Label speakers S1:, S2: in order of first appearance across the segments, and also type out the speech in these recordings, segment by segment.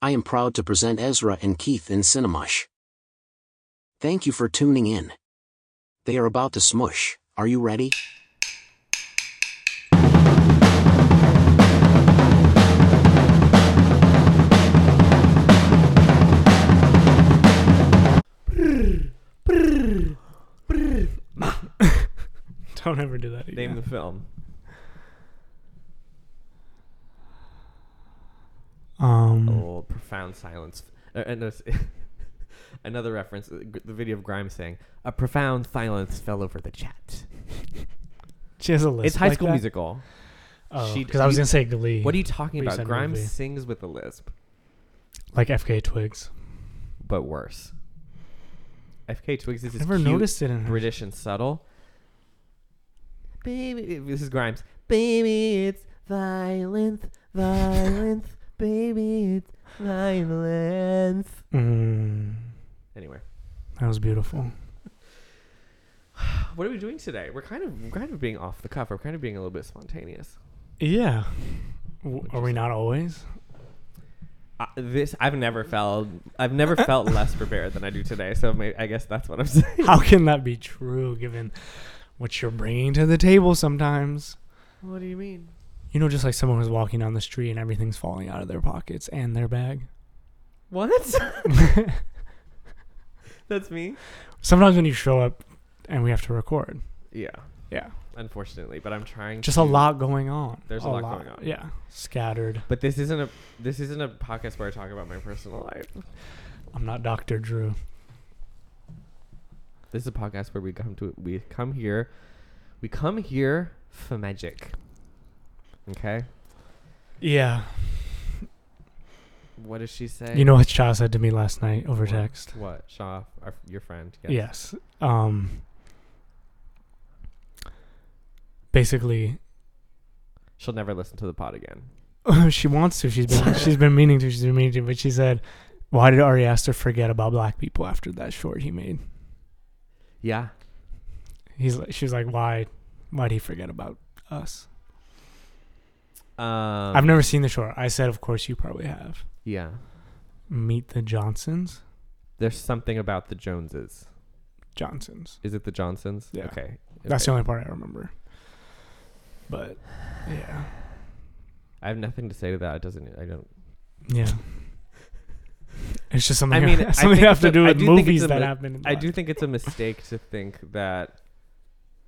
S1: I am proud to present Ezra and Keith in Cinemush. Thank you for tuning in. They are about to smush. Are you ready?
S2: Don't ever do that again.
S3: Name the film.
S2: Um,
S3: Oh, profound silence. Uh, and this- another reference, uh, g- the video of Grimes saying, "A profound silence fell over the chat."
S2: she has a list.
S3: it's High
S2: like
S3: School
S2: that?
S3: Musical.
S2: Oh,
S3: She-
S2: because I was
S3: you-
S2: gonna say Glee.
S3: What are you talking about?
S2: Recent
S3: Grimes
S2: movie.
S3: sings with a lisp,
S2: like? FK Twigs.
S3: but worse. FK Twigs is
S2: I
S3: this
S2: never
S3: cute,
S2: noticed it in her.
S3: British and subtle. Baby, this is Grimes. Baby, it's violence, violence. baby, it's violence.
S2: Mm,
S3: Anyway,
S2: that was beautiful.
S3: what are we doing today? We're kind of we're kind of being off the cuff. We're kind of being a little bit spontaneous.
S2: Yeah. W-
S3: What'd
S2: are
S3: you
S2: we
S3: say?
S2: not always?
S3: Uh, this I've never felt I've never felt less prepared than I do today. So may I guess that's what I'm saying.
S2: How can that be true given what you're bringing to the table sometimes?
S3: What do you mean?
S2: You know, just like someone was walking down the street and everything's falling out of their pockets and their bag.
S3: What? that's me.
S2: Sometimes when you show up and we have to record,
S3: Yeah,
S2: yeah,
S3: unfortunately, but I'm trying.
S2: just a
S3: to-
S2: lot going on.
S3: There's a lot going on.
S2: Yeah, scattered.
S3: But this isn't a this isn't a podcast where I talk about my personal life.
S2: I'm not Dr. Drew.
S3: This is a podcast where we come to we come here, we come here for magic. Okay,
S2: Yeah.
S3: what does she say?
S2: You know what Shaw said to me last night over
S3: What?
S2: text?
S3: what Shaw, our, your friend?
S2: Yes. Um basically
S3: she'll never listen to the pod again.
S2: she wants to. She's been she's been meaning to, she's been meaning to, but she said, Why did Ari Aster forget about black people after that short he made?
S3: Yeah,
S2: He's like she's like, Why why'd he forget about us?
S3: um,
S2: I've never seen the short. I said, Of course you probably have.
S3: Yeah,
S2: Meet the Johnsons?
S3: there's something about the Joneses.
S2: Johnsons.
S3: Is it the Johnsons?
S2: Yeah.
S3: Okay.
S2: That's the
S3: okay.
S2: only part I remember. But yeah.
S3: I have nothing to say to that. It doesn't. I don't.
S2: Yeah. It's just something.
S3: I
S2: I
S3: mean,
S2: mean,
S3: I
S2: something
S3: think
S2: have to
S3: it's a-
S2: do
S3: I
S2: with
S3: do think it's
S2: movies
S3: a
S2: that
S3: mi-
S2: happen. in
S3: I
S2: life.
S3: do think it's a mistake to think that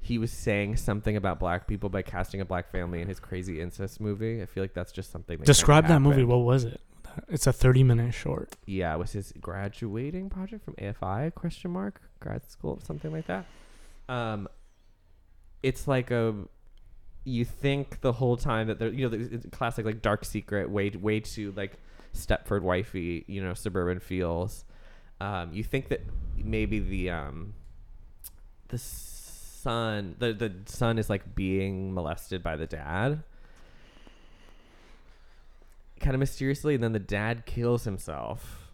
S3: he was saying something about black people by casting a black family in his crazy incest movie. I feel like that's just something. That
S2: Describe that
S3: kinda
S2: movie.
S3: happened.
S2: What was it? It's a thirty-minute short.
S3: Yeah, it was his graduating project from AFI? Question mark grad school, something like that. Um, it's like a you think the whole time that they're you know the- it's a classic like dark secret way way too like Stepford wifey you know suburban feels. Um, you think that maybe the um the son the the son is like being molested by the dad kind of mysteriously and then the dad kills himself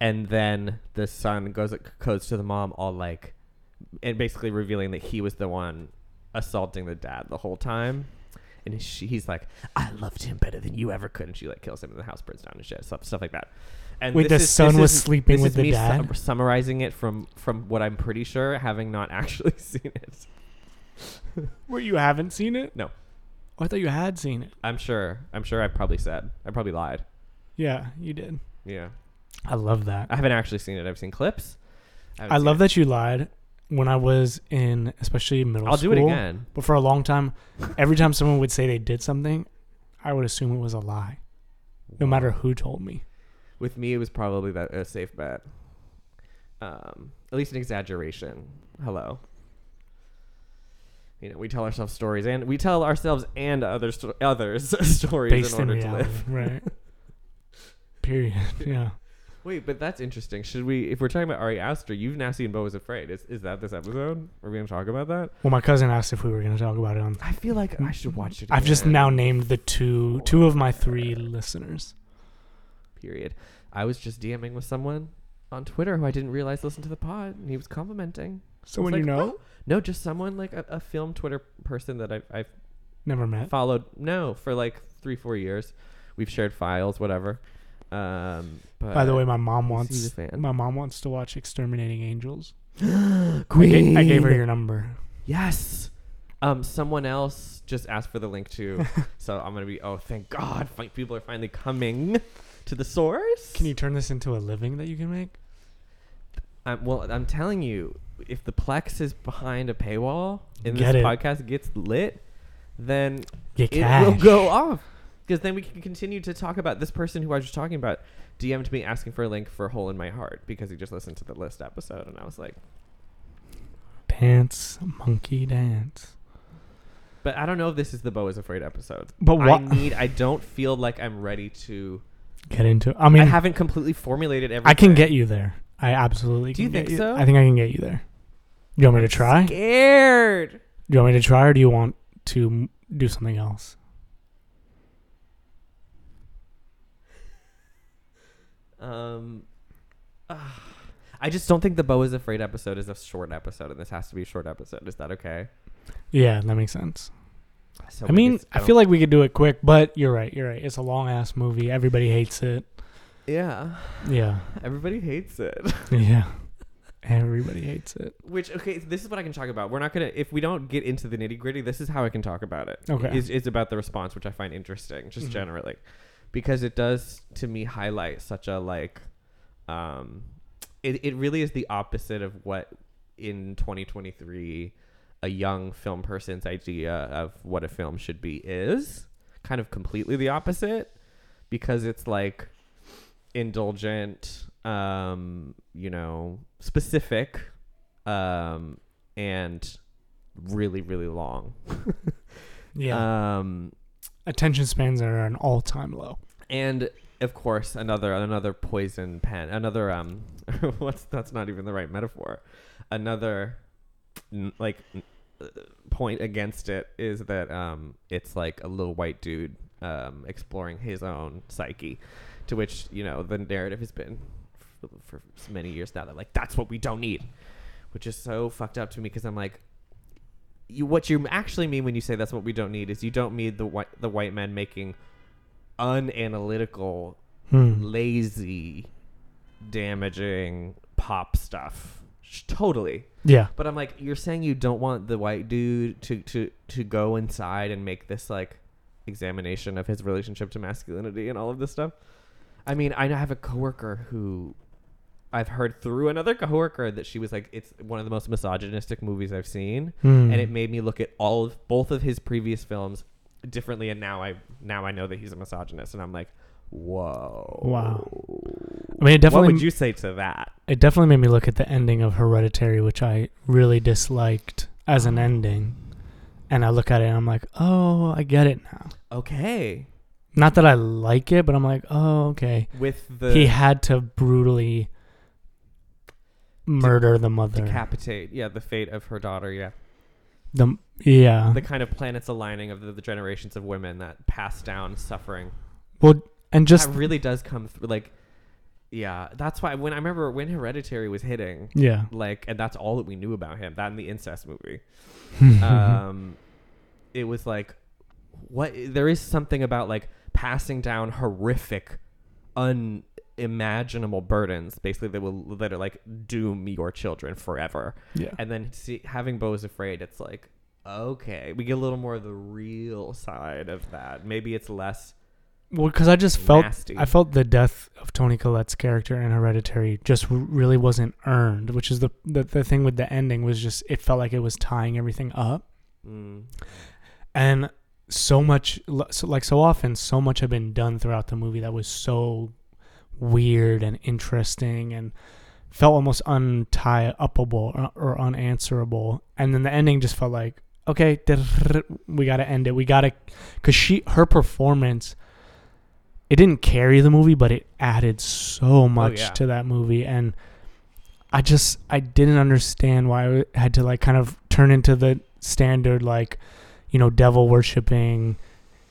S3: and then the son goes goes to the mom all like and basically revealing that he was the one assaulting the dad the whole time and she, he's like i loved him better than you ever could and she like kills him and the house burns down and shit stuff, stuff like that and
S2: Wait,
S3: this
S2: the
S3: is-
S2: son
S3: this
S2: was
S3: is-
S2: sleeping
S3: this
S2: with
S3: is
S2: the
S3: me
S2: dad?
S3: sum- summarizing it from from what i'm pretty sure having not actually seen it
S2: Where you haven't seen it?
S3: No.
S2: Oh, I thought you had seen it.
S3: i'm sure i'm sure i probably said i probably lied
S2: Yeah, you did.
S3: yeah
S2: I love that.
S3: I haven't actually seen it. I've seen clips.
S2: I, love that you lied. When I was in, especially middle
S3: I'll
S2: school,
S3: do it again.
S2: But for a long time, every time someone would say they did something, I would assume it was a lie, no matter who told me.
S3: With me, it was probably that a safe bet. Um, at least an exaggeration. Hello. You know, we tell ourselves stories, and we tell ourselves and other sto- others stories
S2: Based
S3: in
S2: in
S3: order to
S2: reality,
S3: live.
S2: right? Period. Yeah.
S3: Wait, but that's interesting. Should we, if we're talking about Ari Aster, you've now seen Bo is Afraid. Is is that this episode? Are we gonna talk about that?
S2: Well, my cousin asked if we were going to talk about it on
S3: I feel like I should watch it.
S2: I've just
S3: again.
S2: now named the two two of my three listeners.
S3: period. I was just DMing with someone on Twitter who I didn't realize listened to the pod, and he was complimenting.
S2: Someone
S3: It's
S2: you
S3: like, "Oh,
S2: know,
S3: No, just someone like a, a film Twitter person that I've, I've
S2: never met.
S3: followed. No, for like three, four years, we've shared files, whatever. Um, but
S2: By the way, my mom
S3: He's a
S2: wants
S3: fan.
S2: my mom wants to watch Exterminating Angels. I ga-
S3: Queen.
S2: I gave her your number.
S3: Yes. Um, someone else just asked for the link too, so I'm gonna be. Oh, thank God! Fi- people are finally coming to the source.
S2: Can you turn this into a living that you can make?
S3: Um, well, I'm telling you, if the Plex is behind a paywall and
S2: Get
S3: this
S2: it.
S3: podcast gets lit, then
S2: Get
S3: it
S2: cash.
S3: will go off. Because then we can continue to talk about this person who I was just talking about DM'd me asking for a link for Hole in My Heart because he just listened to the list episode and I was like,
S2: Dance, monkey dance.
S3: but I don't know if this is the Bo is Afraid episode.
S2: But
S3: I
S2: what?
S3: need, I don't feel like I'm ready to.
S2: Get into. I
S3: I,
S2: mean, I,
S3: haven't completely formulated everything.
S2: can get you there. I absolutely.
S3: Do you
S2: can
S3: think
S2: get
S3: so?
S2: I think I can get you there. Do you want me to try? Do
S3: Scared.
S2: you want me to try, or do you want to m- do something else?
S3: Um, ah. I just don't think the Bo is Afraid episode is a short episode, and this has to be a short episode. Is that okay?
S2: Yeah, that makes sense.
S3: So
S2: I mean, I feel like we could do it quick, but you're right. You're right. It's a long ass movie. Everybody hates it.
S3: yeah,
S2: Yeah.
S3: everybody hates it.
S2: Yeah. Everybody hates it.
S3: Which okay, this is what I can talk about. We're not gonna if we don't get into the nitty gritty. This is how I can talk about it.
S2: Okay.
S3: is is about the response, which I find interesting, just
S2: Mhm.
S3: generally, because it does to me highlight such a like, um, it it really is the opposite of what in 2023 a young film person's idea of what a film should be is kind of completely the opposite because it's like indulgent um you know specific um and really really long
S2: Yeah.
S3: um
S2: Attention spans are at an all time low.
S3: and of course another another poison pen another um what's that's not even the right metaphor another n- like n- uh, point against it is that um it's like a little white dude um exploring his own psyche to which you know the narrative has been for, for s- many years now that like that's what we don't need which is so fucked up to me because i'm like you, what you actually mean when you say that's what we don't need is you don't need the white the white man making unanalytical,
S2: Hmm.
S3: lazy, damaging pop stuff. Sh- Totally.
S2: Yeah.
S3: But I'm like, you're saying you don't want the white dude to to to go inside and make this like examination of his relationship to masculinity and all of this stuff. I mean, I have a coworker who I've heard through another coworker that she was like, it's one of the most misogynistic movies I've seen,
S2: Hmm.
S3: and it made me look at all of both of his previous films differently. And now I now I know that he's a misogynist, and I'm like, whoa,
S2: Wow. I mean, it definitely.
S3: What would you say to that?
S2: It definitely made me look at the ending of Hereditary, which I really disliked as
S3: Uh-huh.
S2: an ending. And I look at it and I'm like, oh, I get it now.
S3: Okay,
S2: Not that I like it, but I'm like, oh, okay.
S3: with the
S2: he had to brutally murder the mother.
S3: decapitate yeah the fate of her daughter yeah
S2: the, yeah.
S3: the kind of planets aligning of the, the generations of women that pass down suffering
S2: well, and just,
S3: that really does come through like yeah that's why when i remember when hereditary was hitting
S2: yeah.
S3: like and that's all that we knew about him that and the incest movie um it was like what there is something about like passing down horrific unimaginable burdens basically that will that are like doom your children forever
S2: yeah.
S3: and then see, having Bo is afraid, it's like, okay, we get a little more of the real side of that. Maybe it's less.
S2: Well, because I just felt
S3: Nasty.
S2: I felt the death of Tony Collette's character in Hereditary just r- really wasn't earned, which is the, the the thing with the ending was just it felt like it was tying everything up,
S3: Mm,
S2: and so much l- so, like so often so much had been done throughout the movie that was so weird and interesting and felt almost untie upable or, or unanswerable, and then the ending just felt like okay, we gotta end it, we gotta, cause she her performance it didn't carry the movie, but it added so much
S3: yeah.
S2: to that movie. And I just I didn't understand why I had to like kind of turn into the standard like, you know, devil worshipping,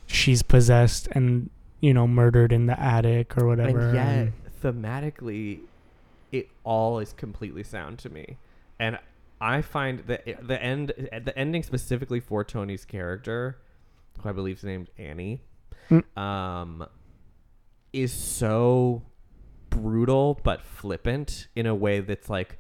S2: she's possessed and you know murdered in the attic or whatever.
S3: and yet,
S2: and-
S3: thematically, it all is completely sound to me, and I find that it- the end, eh, the ending specifically for Tony's character, who I believe is named Annie,
S2: Mm.
S3: um, is so brutal but flippant in a way that's like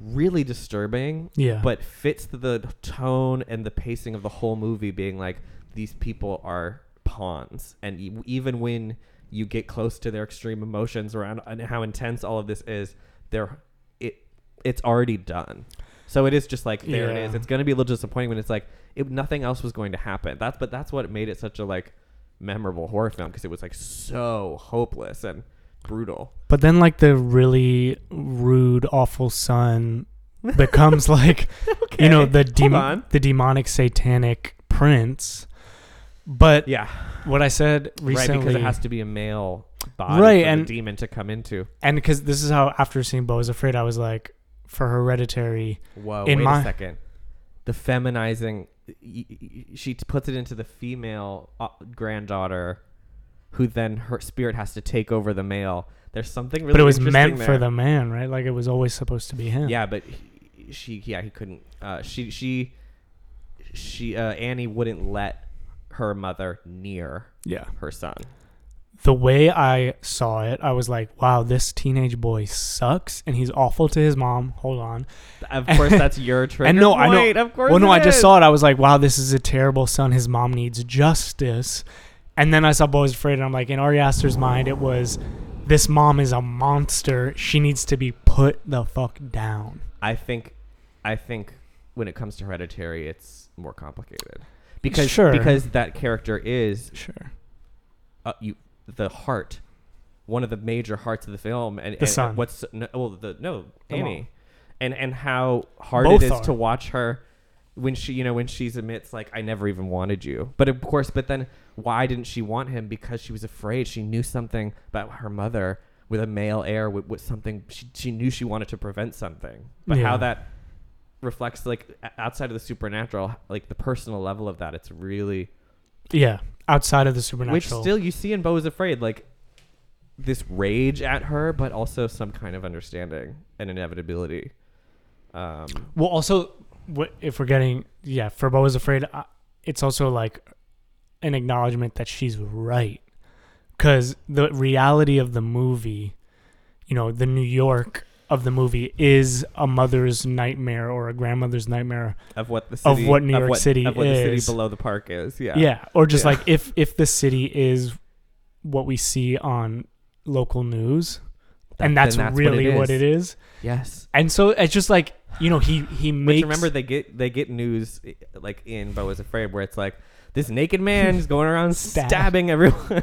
S3: really disturbing
S2: Yeah.
S3: but fits the tone and the pacing of the whole movie being like these people are pawns and e- even when you get close to their extreme emotions around and how intense all of this is they're it it's already done so it is just like there it
S2: Yeah.
S3: is it's going to be a little disappointing when it's like it, nothing else was going to happen that's but that's what made it such a like memorable horror film because it was like so hopeless and brutal
S2: But then, like the really rude, awful son becomes like you know the
S3: hold
S2: demon,
S3: on.
S2: the demonic, satanic prince. But
S3: yeah
S2: what I said
S3: right
S2: recently,
S3: because it has to be a male body
S2: Right,
S3: for
S2: and-
S3: the demon to come into
S2: and because this is how after seeing Bo is Afraid, I was like, for Hereditary,
S3: Whoa,
S2: In
S3: wait
S2: my-
S3: a second. The feminizing, y- y- y- she t- puts it into the female uh, granddaughter, who then her spirit has to take over the male. There's something really.
S2: but it was
S3: interesting
S2: meant for
S3: there.
S2: the man, right? Like it was always supposed to be him.
S3: Yeah, but he- she, yeah, he couldn't. Uh, she, she, she, uh, Annie wouldn't let her mother near
S2: yeah.
S3: her son.
S2: the way I saw it, I was like, wow, this teenage boy sucks and he's awful to his mom. Hold on.
S3: Of course, that's your trigger.
S2: and no,
S3: point.
S2: I know.
S3: Of course,
S2: well, no, I just
S3: is.
S2: saw it. I was like, wow, this is a terrible son. His mom needs justice. And then I saw Boys Afraid and I'm like, in Ari Aster's mind, it was this mom is a monster. She needs to be put the fuck down.
S3: I think, I think when it comes to hereditary, it's more complicated because
S2: Sure.
S3: because that character is
S2: Sure.
S3: uh, you the heart, one of the major hearts of the film, and, and
S2: son.
S3: What's no, well the no
S2: The
S3: Annie,
S2: mom.
S3: and and how hard
S2: Both
S3: it is
S2: are.
S3: to watch her when she you know when she's admits like I never even wanted you, but of course, but then why didn't she want him? Because she was afraid. She knew something about her mother with a male heir with, with something she, she knew she wanted to prevent something, but
S2: Yeah.
S3: how that reflects like o- outside of the supernatural like the personal level of that it's really
S2: Yeah. Outside of the
S3: which
S2: supernatural.
S3: still you see in Bo is Afraid, like this rage at her, but also some kind of understanding and inevitability. Um,
S2: Well, also, what if we're getting yeah, for Bo is afraid. I- It's also like an acknowledgement that she's right, because the reality of the movie, you know, the New York of the movie is a mother's nightmare or a grandmother's nightmare.
S3: of what the
S2: Of
S3: city,
S2: what New York City
S3: of what the
S2: is.
S3: city below the park is. Yeah,
S2: Yeah, or just
S3: Yeah.
S2: like if if the city is what we see on local news, and
S3: That-
S2: that's,
S3: then
S2: really what it is.
S3: Yes,
S2: And so it's just like you know he he makes
S3: which remember they get they get news eh, like in Bo is Afraid where it's like this naked man is going around
S2: Stab.
S3: stabbing everyone.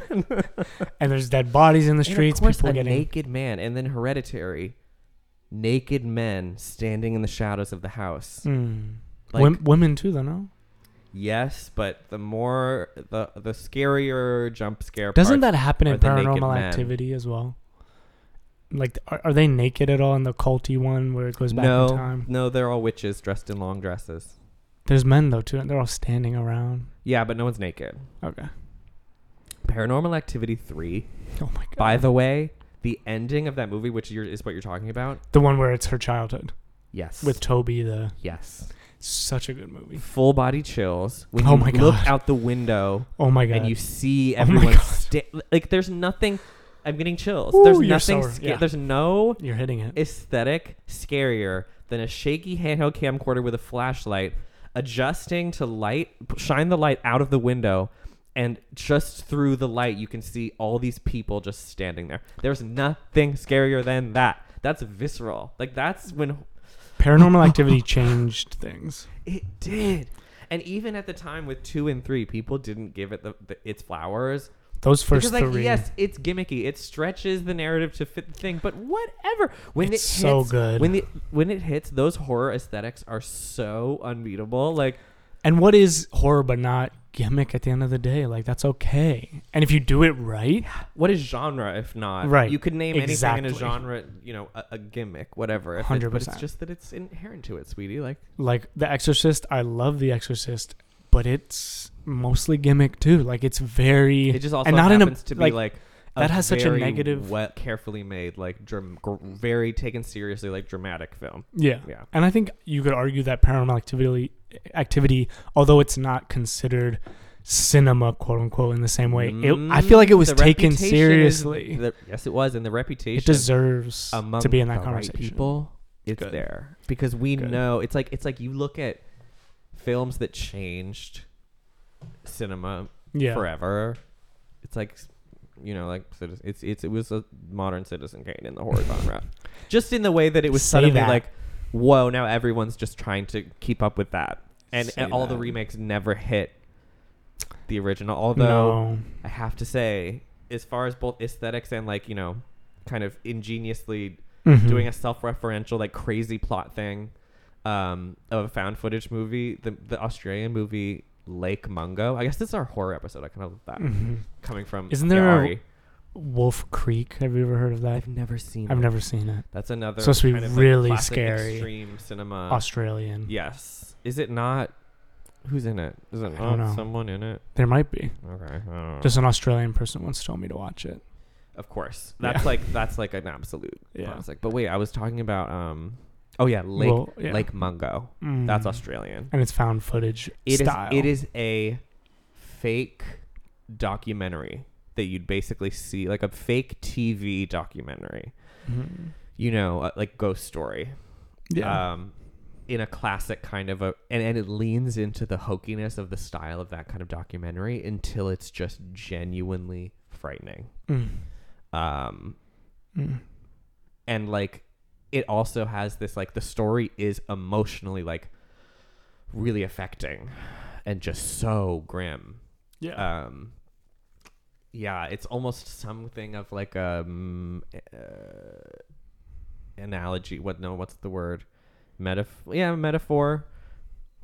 S2: and there's dead bodies in the streets,
S3: and of course,
S2: people
S3: a
S2: getting
S3: naked man, and then Hereditary, naked men standing in the shadows of the house.
S2: Mm.
S3: Like-
S2: Wom- women too, though. No,
S3: Yes, but the more the the scarier jump scare.
S2: doesn't
S3: parts-
S2: that happen in
S3: are the naked
S2: Paranormal
S3: men.
S2: Activity as well? Like, are, are they naked at all in the culty one where it goes back
S3: no
S2: in time?
S3: no? They're all witches dressed in long dresses.
S2: There's men though too, and they're all standing around.
S3: Yeah, but no one's naked.
S2: Okay.
S3: Paranormal Activity three.
S2: Oh my god.
S3: By the way, the ending of that movie, which you're, is what you're talking about.
S2: the one where it's her childhood
S3: Yes.
S2: with Toby. The
S3: yes.
S2: such a good movie.
S3: Full body chills when
S2: Oh
S3: you
S2: my
S3: look
S2: God.
S3: out the window
S2: Oh my god.
S3: and you see
S2: Oh my
S3: everyone.
S2: God.
S3: sta- like there's nothing. I'm getting chills.
S2: Ooh,
S3: there's
S2: you're
S3: nothing.
S2: sore,
S3: sca-
S2: yeah.
S3: There's no
S2: You're hitting it.
S3: aesthetic scarier than a shaky handheld camcorder with a flashlight adjusting to light shine the light out of the window and just through the light you can see all these people just standing there there's nothing scarier than that that's visceral like that's when
S2: Paranormal Activity changed things.
S3: it did and even at the time with two and three people didn't give it the, the its flowers
S2: Those first
S3: because like
S2: three.
S3: yes, it's gimmicky. It stretches the narrative to fit the thing, but whatever. When
S2: It's
S3: it hits,
S2: so good.
S3: When the when it hits, those horror aesthetics are so unbeatable. Like
S2: And what is horror but not gimmick at the end of the day? Like that's okay. And if you do it right,
S3: what is genre if not
S2: Right,
S3: You could name anything in
S2: exactly.
S3: a genre, you know, a, a gimmick, whatever. If it- but
S2: 100%.
S3: it's just that it's inherent to it, sweetie. Like
S2: like The Exorcist, I love The Exorcist, but it's mostly gimmick too. Like it's very
S3: it just also
S2: and not in a-
S3: happens to
S2: like,
S3: be like.
S2: that has such a
S3: very
S2: negative-
S3: well, carefully made, like dram- gr- very taken seriously, like dramatic film.
S2: yeah.
S3: Yeah.
S2: And I think you could argue that paranormal activity activity, although it's not considered cinema, quote unquote, in the same way. It, I feel like it was
S3: Mm, The
S2: taken
S3: reputation is-
S2: seriously.
S3: the- yes, it was, and the reputation
S2: It deserves
S3: among
S2: to be in that
S3: the right
S2: conversation.
S3: people, it's
S2: Good.
S3: there because we
S2: Good.
S3: know it's like it's like you look at films that changed cinema
S2: yeah,
S3: forever. It's like you know, like Citizen- it's it's it was a modern Citizen Kane in the horizontal route, just in the way that it was
S2: Say
S3: suddenly
S2: that.
S3: like, whoa, now everyone's just trying to keep up with that, and,
S2: Say
S3: and all the
S2: that.
S3: remakes never hit the original. Although
S2: no,
S3: I have to say, as far as both aesthetics and like you know, kind of ingeniously
S2: Mhm.
S3: doing a self-referential like crazy plot thing um, of a found footage movie, the the Australian movie Lake Mungo. I guess this is our horror episode. I kind of love that
S2: Mhm.
S3: coming from.
S2: Isn't
S3: yeah,
S2: there a-
S3: Ari.
S2: Wolf Creek. Have you ever heard of that?
S3: I've never seen.
S2: I've
S3: it.
S2: never seen it.
S3: That's another
S2: supposed to be
S3: kind of,
S2: really
S3: like, classic
S2: scary.
S3: Extreme cinema.
S2: Australian.
S3: Yes. Is it not? Who's in it? Is it
S2: I don't
S3: not
S2: know.
S3: someone in it?
S2: There might be.
S3: Okay. I don't know.
S2: Just an Australian person once told me to watch it.
S3: Of course.
S2: Yeah.
S3: That's like that's like an absolute
S2: Yeah.
S3: classic. But wait, I was talking about um oh yeah, Lake
S2: Well, yeah.
S3: Lake Mungo.
S2: Mm.
S3: That's Australian.
S2: And it's found footage
S3: It is
S2: style.
S3: it is a fake documentary that you'd basically see like a fake TV documentary.
S2: Mhm.
S3: You know, uh, like ghost story.
S2: Yeah.
S3: Um in a classic kind of a and, and it leans into the hokiness of the style of that kind of documentary until it's just genuinely frightening.
S2: Mm.
S3: Um
S2: Mm.
S3: and like it also has this like the story is emotionally like really affecting and just so grim
S2: Yeah.
S3: um yeah it's almost something of like um uh, analogy what no what's the word metaphor yeah metaphor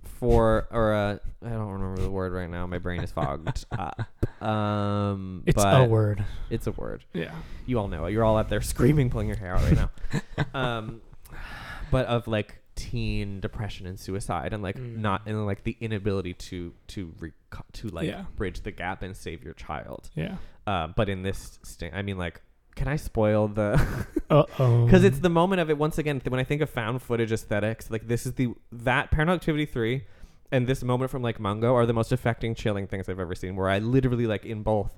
S3: for or uh i don't remember the word right now my brain is fogged up um
S2: it's
S3: but
S2: a word.
S3: it's a word
S2: Yeah.
S3: you all know it. You're all out there screaming, pulling your hair out right now. um, but of like teen depression and suicide, and like
S2: Mm.
S3: not and like the inability to to re- to like
S2: Yeah.
S3: bridge the gap and save your child.
S2: Yeah.
S3: Uh, but in this, st- I mean, like, can I spoil the?
S2: Uh oh.
S3: Because it's the moment of it once again. When I think of found footage aesthetics, like this is the that Paranormal Activity three, and this moment from like Mungo are the most affecting, chilling things I've ever seen. Where I literally like in both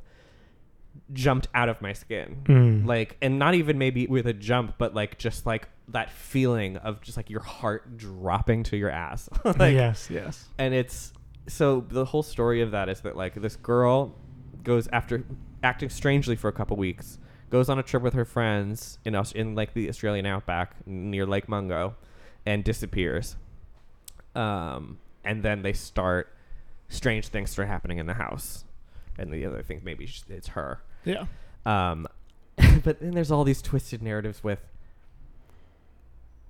S3: jumped out of my skin
S2: Mm.
S3: like and not even maybe with a jump but like just like that feeling of just like your heart dropping to your ass like
S2: yes. Yes.
S3: and it's so the whole story of that is that like this girl goes after acting strangely for a couple weeks goes on a trip with her friends in us in like the australian outback near lake mungo and disappears um and then they start strange things start happening in the house and the other thing maybe sh- it's her
S2: Yeah.
S3: um, but then there's all these twisted narratives with.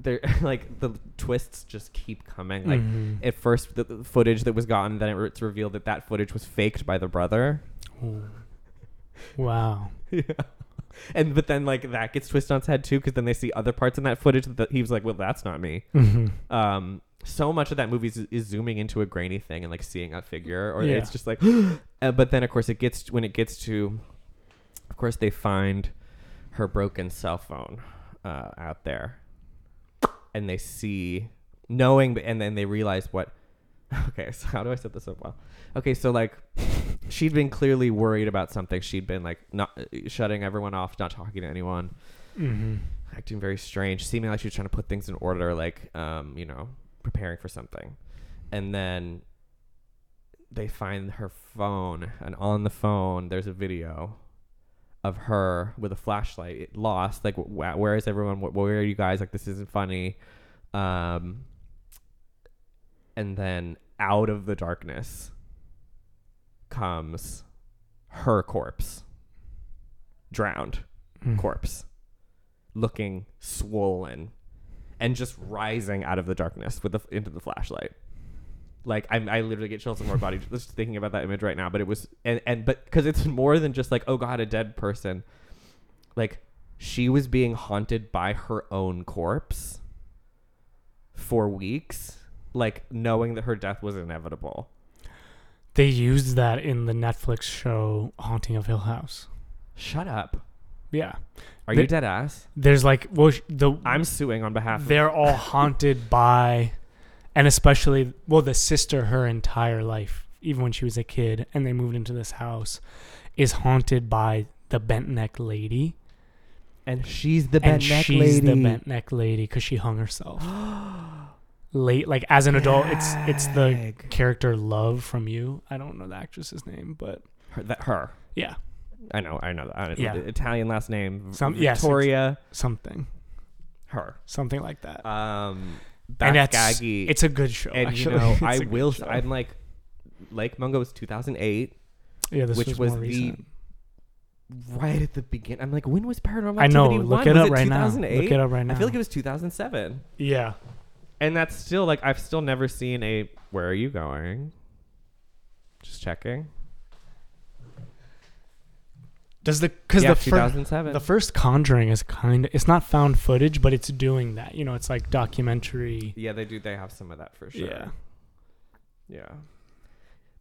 S3: There, like the twists just keep coming. Like
S2: Mhm.
S3: at first, the, the footage that was gotten, then it, it's revealed that that footage was faked by the brother.
S2: Ooh. Wow.
S3: yeah. And but then like that gets twisted on its head too, because then they see other parts in that footage that he was like, "Well, that's not me."
S2: Mhm.
S3: um so much of that movie is, is zooming into a grainy thing and like seeing a figure or
S2: Yeah.
S3: it's just like uh, but then of course it gets when it gets to of course they find her broken cell phone uh, out there and they see knowing and then they realize what okay so how do i set this up well okay so like she'd been clearly worried about something she'd been like not shutting everyone off not talking to anyone
S2: Mhm.
S3: acting very strange, seeming like she was trying to put things in order, like um, you know, preparing for something. And then they find her phone, and on the phone there's a video of her with a flashlight, it lost. Like, wh- where is everyone? Wh- Where are you guys? Like, this isn't funny. Um, and then out of the darkness comes her corpse, drowned
S2: Mm.
S3: corpse looking swollen and just rising out of the darkness with the into the flashlight like I'm, i literally get chills in my body just thinking about that image right now but it was and and but because it's more than just like oh god a dead person like she was being haunted by her own corpse for weeks like knowing that her death was inevitable
S2: They used that in the Netflix show Haunting of Hill House.
S3: shut up
S2: Yeah.
S3: are
S2: The-
S3: you dead ass
S2: There's like well sh- the
S3: i'm suing on behalf of
S2: they're all haunted by and especially well the sister her entire life even when she was a kid, and they moved into this house, is haunted by the bent neck lady,
S3: And she's the
S2: and
S3: bent neck
S2: she's
S3: lady.
S2: the bent neck lady because she hung herself late. Like as an adult, it's it's the
S3: Gag.
S2: character Love from You. I don't know the actress's name, but
S3: her, that, her.
S2: yeah,
S3: I know. I know. that. I,
S2: Yeah.
S3: the Italian last name.
S2: Some- yes, ex-
S3: Victoria.
S2: something
S3: her.
S2: something like that.
S3: Um,
S2: and
S3: that's
S2: that's
S3: gaggy.
S2: it's a good show.
S3: and
S2: Oh, actually.
S3: you know
S2: It's
S3: I
S2: a good
S3: will.
S2: show.
S3: I'm like, Lake Mungo was 2008,
S2: yeah, this
S3: which
S2: was,
S3: was
S2: more
S3: the-
S2: recent.
S3: right at the beginning. I'm like, when was Paranormal
S2: I know.
S3: Activity
S2: Look
S3: one?
S2: it
S3: Was
S2: up right now.
S3: 2008?
S2: Look it up right now.
S3: I feel like it was 2007,
S2: yeah.
S3: and that's still like I've still never seen a. Where are you going? Just checking.
S2: Does the because
S3: yeah,
S2: the first
S3: 2007.
S2: the first Conjuring is kind of it's not found footage, but it's doing that. You know, it's like documentary.
S3: yeah, they do. They have some of that for sure.
S2: Yeah.
S3: Yeah.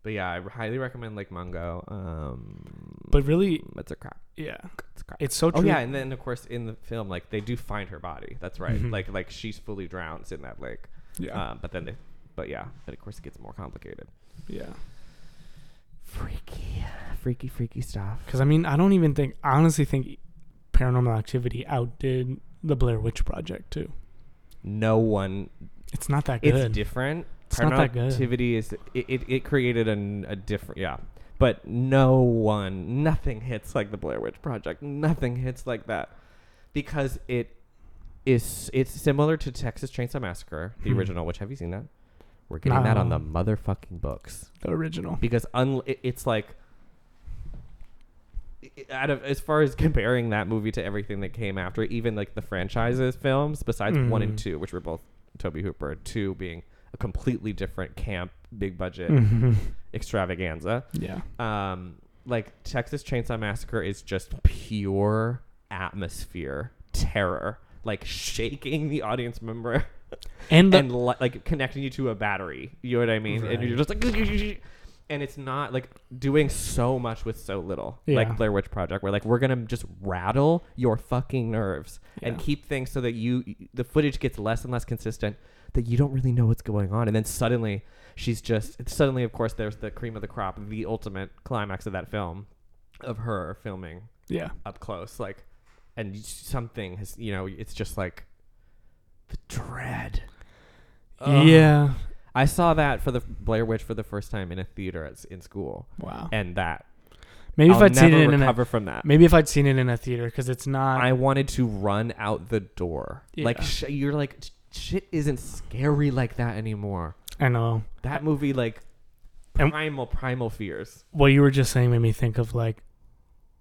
S3: But yeah, I highly recommend Lake Mungo. Um,
S2: But really,
S3: it's a crap.
S2: yeah,
S3: It's a crap.
S2: it's so true.
S3: Oh yeah, and then of course in the film, like they do find her body. That's right.
S2: Mhm.
S3: Like like she's fully drowns in that lake.
S2: yeah,
S3: Um, but then they, but yeah, but of course it gets more complicated.
S2: yeah.
S3: Freaky, freaky, freaky stuff.
S2: Because I mean, I don't even think I honestly think Paranormal Activity outdid the Blair Witch Project too.
S3: no one,
S2: It's not that
S3: it's
S2: good.
S3: different.
S2: It's not that good.
S3: Activity is it, it, it created an, a different yeah. But no one, nothing hits like the Blair Witch Project. Nothing hits like that because it is it's similar to Texas Chainsaw Massacre, the
S2: Hmm.
S3: original. Which have you seen that? We're getting that on
S2: No.
S3: the motherfucking books.
S2: the original.
S3: because un- it- it's like i- out of as far as comparing that movie to everything that came after even like the franchises films besides one and
S2: Mhm.
S3: two which were both toby hooper two being a completely different camp big budget
S2: Mhm.
S3: extravaganza
S2: Yeah,
S3: um like texas chainsaw massacre is just pure atmosphere terror like shaking the audience member
S2: and the
S3: and li- like connecting you to a battery. You know what I mean? And you're just like, and it's not like doing so much with so little.
S2: Yeah.
S3: Like Blair Witch Project, where like we're gonna just rattle your fucking nerves and
S2: Yeah.
S3: keep things so that you the footage gets less and less consistent that you don't really know what's going on, and then suddenly she's just suddenly of course there's the cream of the crop, the ultimate climax of that film, of her filming
S2: yeah,
S3: up close, like, and something has you know it's just like the dread. Ugh.
S2: yeah.
S3: I saw that for the Blair Witch for the first time in a theater at, in school,
S2: Wow.
S3: and that
S2: Maybe
S3: I'll
S2: if I'd seen
S3: never
S2: it in a
S3: recover from that.
S2: maybe if I'd seen it in a theater because it's not.
S3: I wanted to run out the door. Like
S2: Yeah.
S3: sh- you're like shit isn't scary like that anymore.
S2: I know.
S3: That movie like
S2: And-
S3: primal primal fears.
S2: what you were just saying made me think of like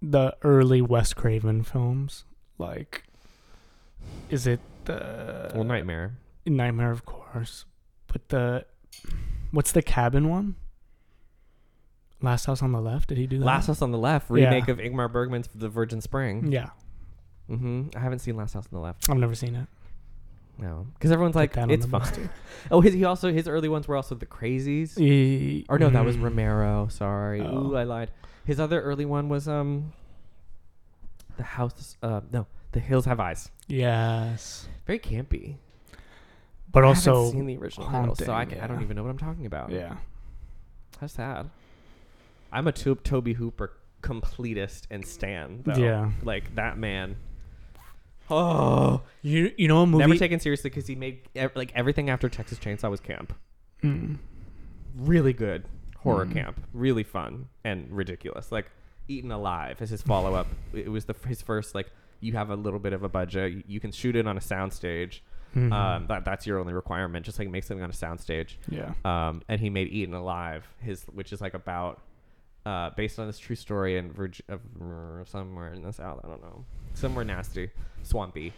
S2: the early Wes Craven films. Like, is it the
S3: well, nightmare.
S2: Nightmare, of course, but the what's the cabin one? Last House on the Left. Did he do that?
S3: Last House on the Left
S2: Yeah.
S3: remake of Ingmar Bergman's The Virgin Spring.
S2: Yeah, Mm.
S3: hmm I haven't seen Last House on the Left.
S2: I've never seen it.
S3: No, because everyone's
S2: Put
S3: like
S2: that on
S3: it's
S2: the list,
S3: fine. oh, his, he also his early ones were also The Crazies.
S2: E-
S3: Or no, that was
S2: mm,
S3: Romero. Sorry.
S2: Oh.
S3: Ooh, I lied. His other early one was um, the house. Uh, no, the hills have eyes.
S2: Yes,
S3: Very campy.
S2: but
S3: I
S2: also
S3: haven't seen the original Hills, so I,
S2: haunting,
S3: ca- I don't
S2: yeah.
S3: even know what I'm talking about.
S2: yeah,
S3: that's sad. I'm a to- Toby Hooper completist and stan. Though.
S2: Yeah.
S3: like that man. Oh,
S2: you you know a movie.
S3: never taken seriously because he made ev- like everything after Texas Chainsaw was camp.
S2: Mm.
S3: really good horror
S2: Mm.
S3: camp, really fun and ridiculous. Like Eaten Alive is his follow up. it was the his first like you have a little bit of a budget, you, you can shoot it on a soundstage.
S2: Mhm.
S3: Um, that that's your only requirement. Just like make something on a soundstage.
S2: yeah,
S3: Um, and he made Eaten Alive his, which is like about. Uh, based on this true story in Virg- of uh, somewhere in this out, I don't know, somewhere nasty, swampy,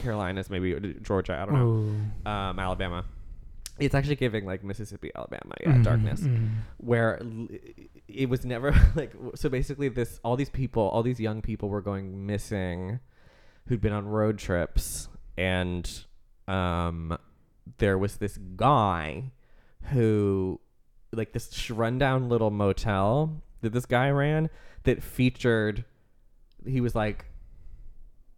S3: Carolinas maybe Georgia, I don't know,
S2: Ooh.
S3: um, Alabama. It's actually giving like Mississippi, Alabama, yeah,
S2: Mhm,
S3: darkness
S2: mm.
S3: where l- it was never like so basically this all these people all these young people were going missing who'd been on road trips and um there was this guy who like this sh- rundown little motel that this guy ran that featured he was like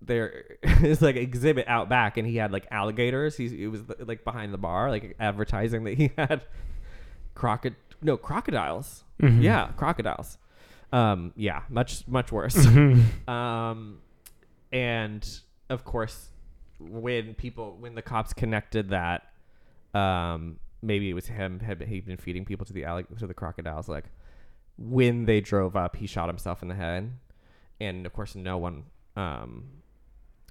S3: there is like exhibit out back and he had like alligators he's it was like behind the bar like advertising that he had crocod no crocodiles.
S2: Mhm.
S3: Yeah, crocodiles. Um, yeah, much much worse.
S2: Mhm.
S3: Um, and of course, when people when the cops connected that, um, maybe it was him had he'd been feeding people to the allig- to the crocodiles. Like when they drove up, he shot himself in the head, and of course, no one. Um,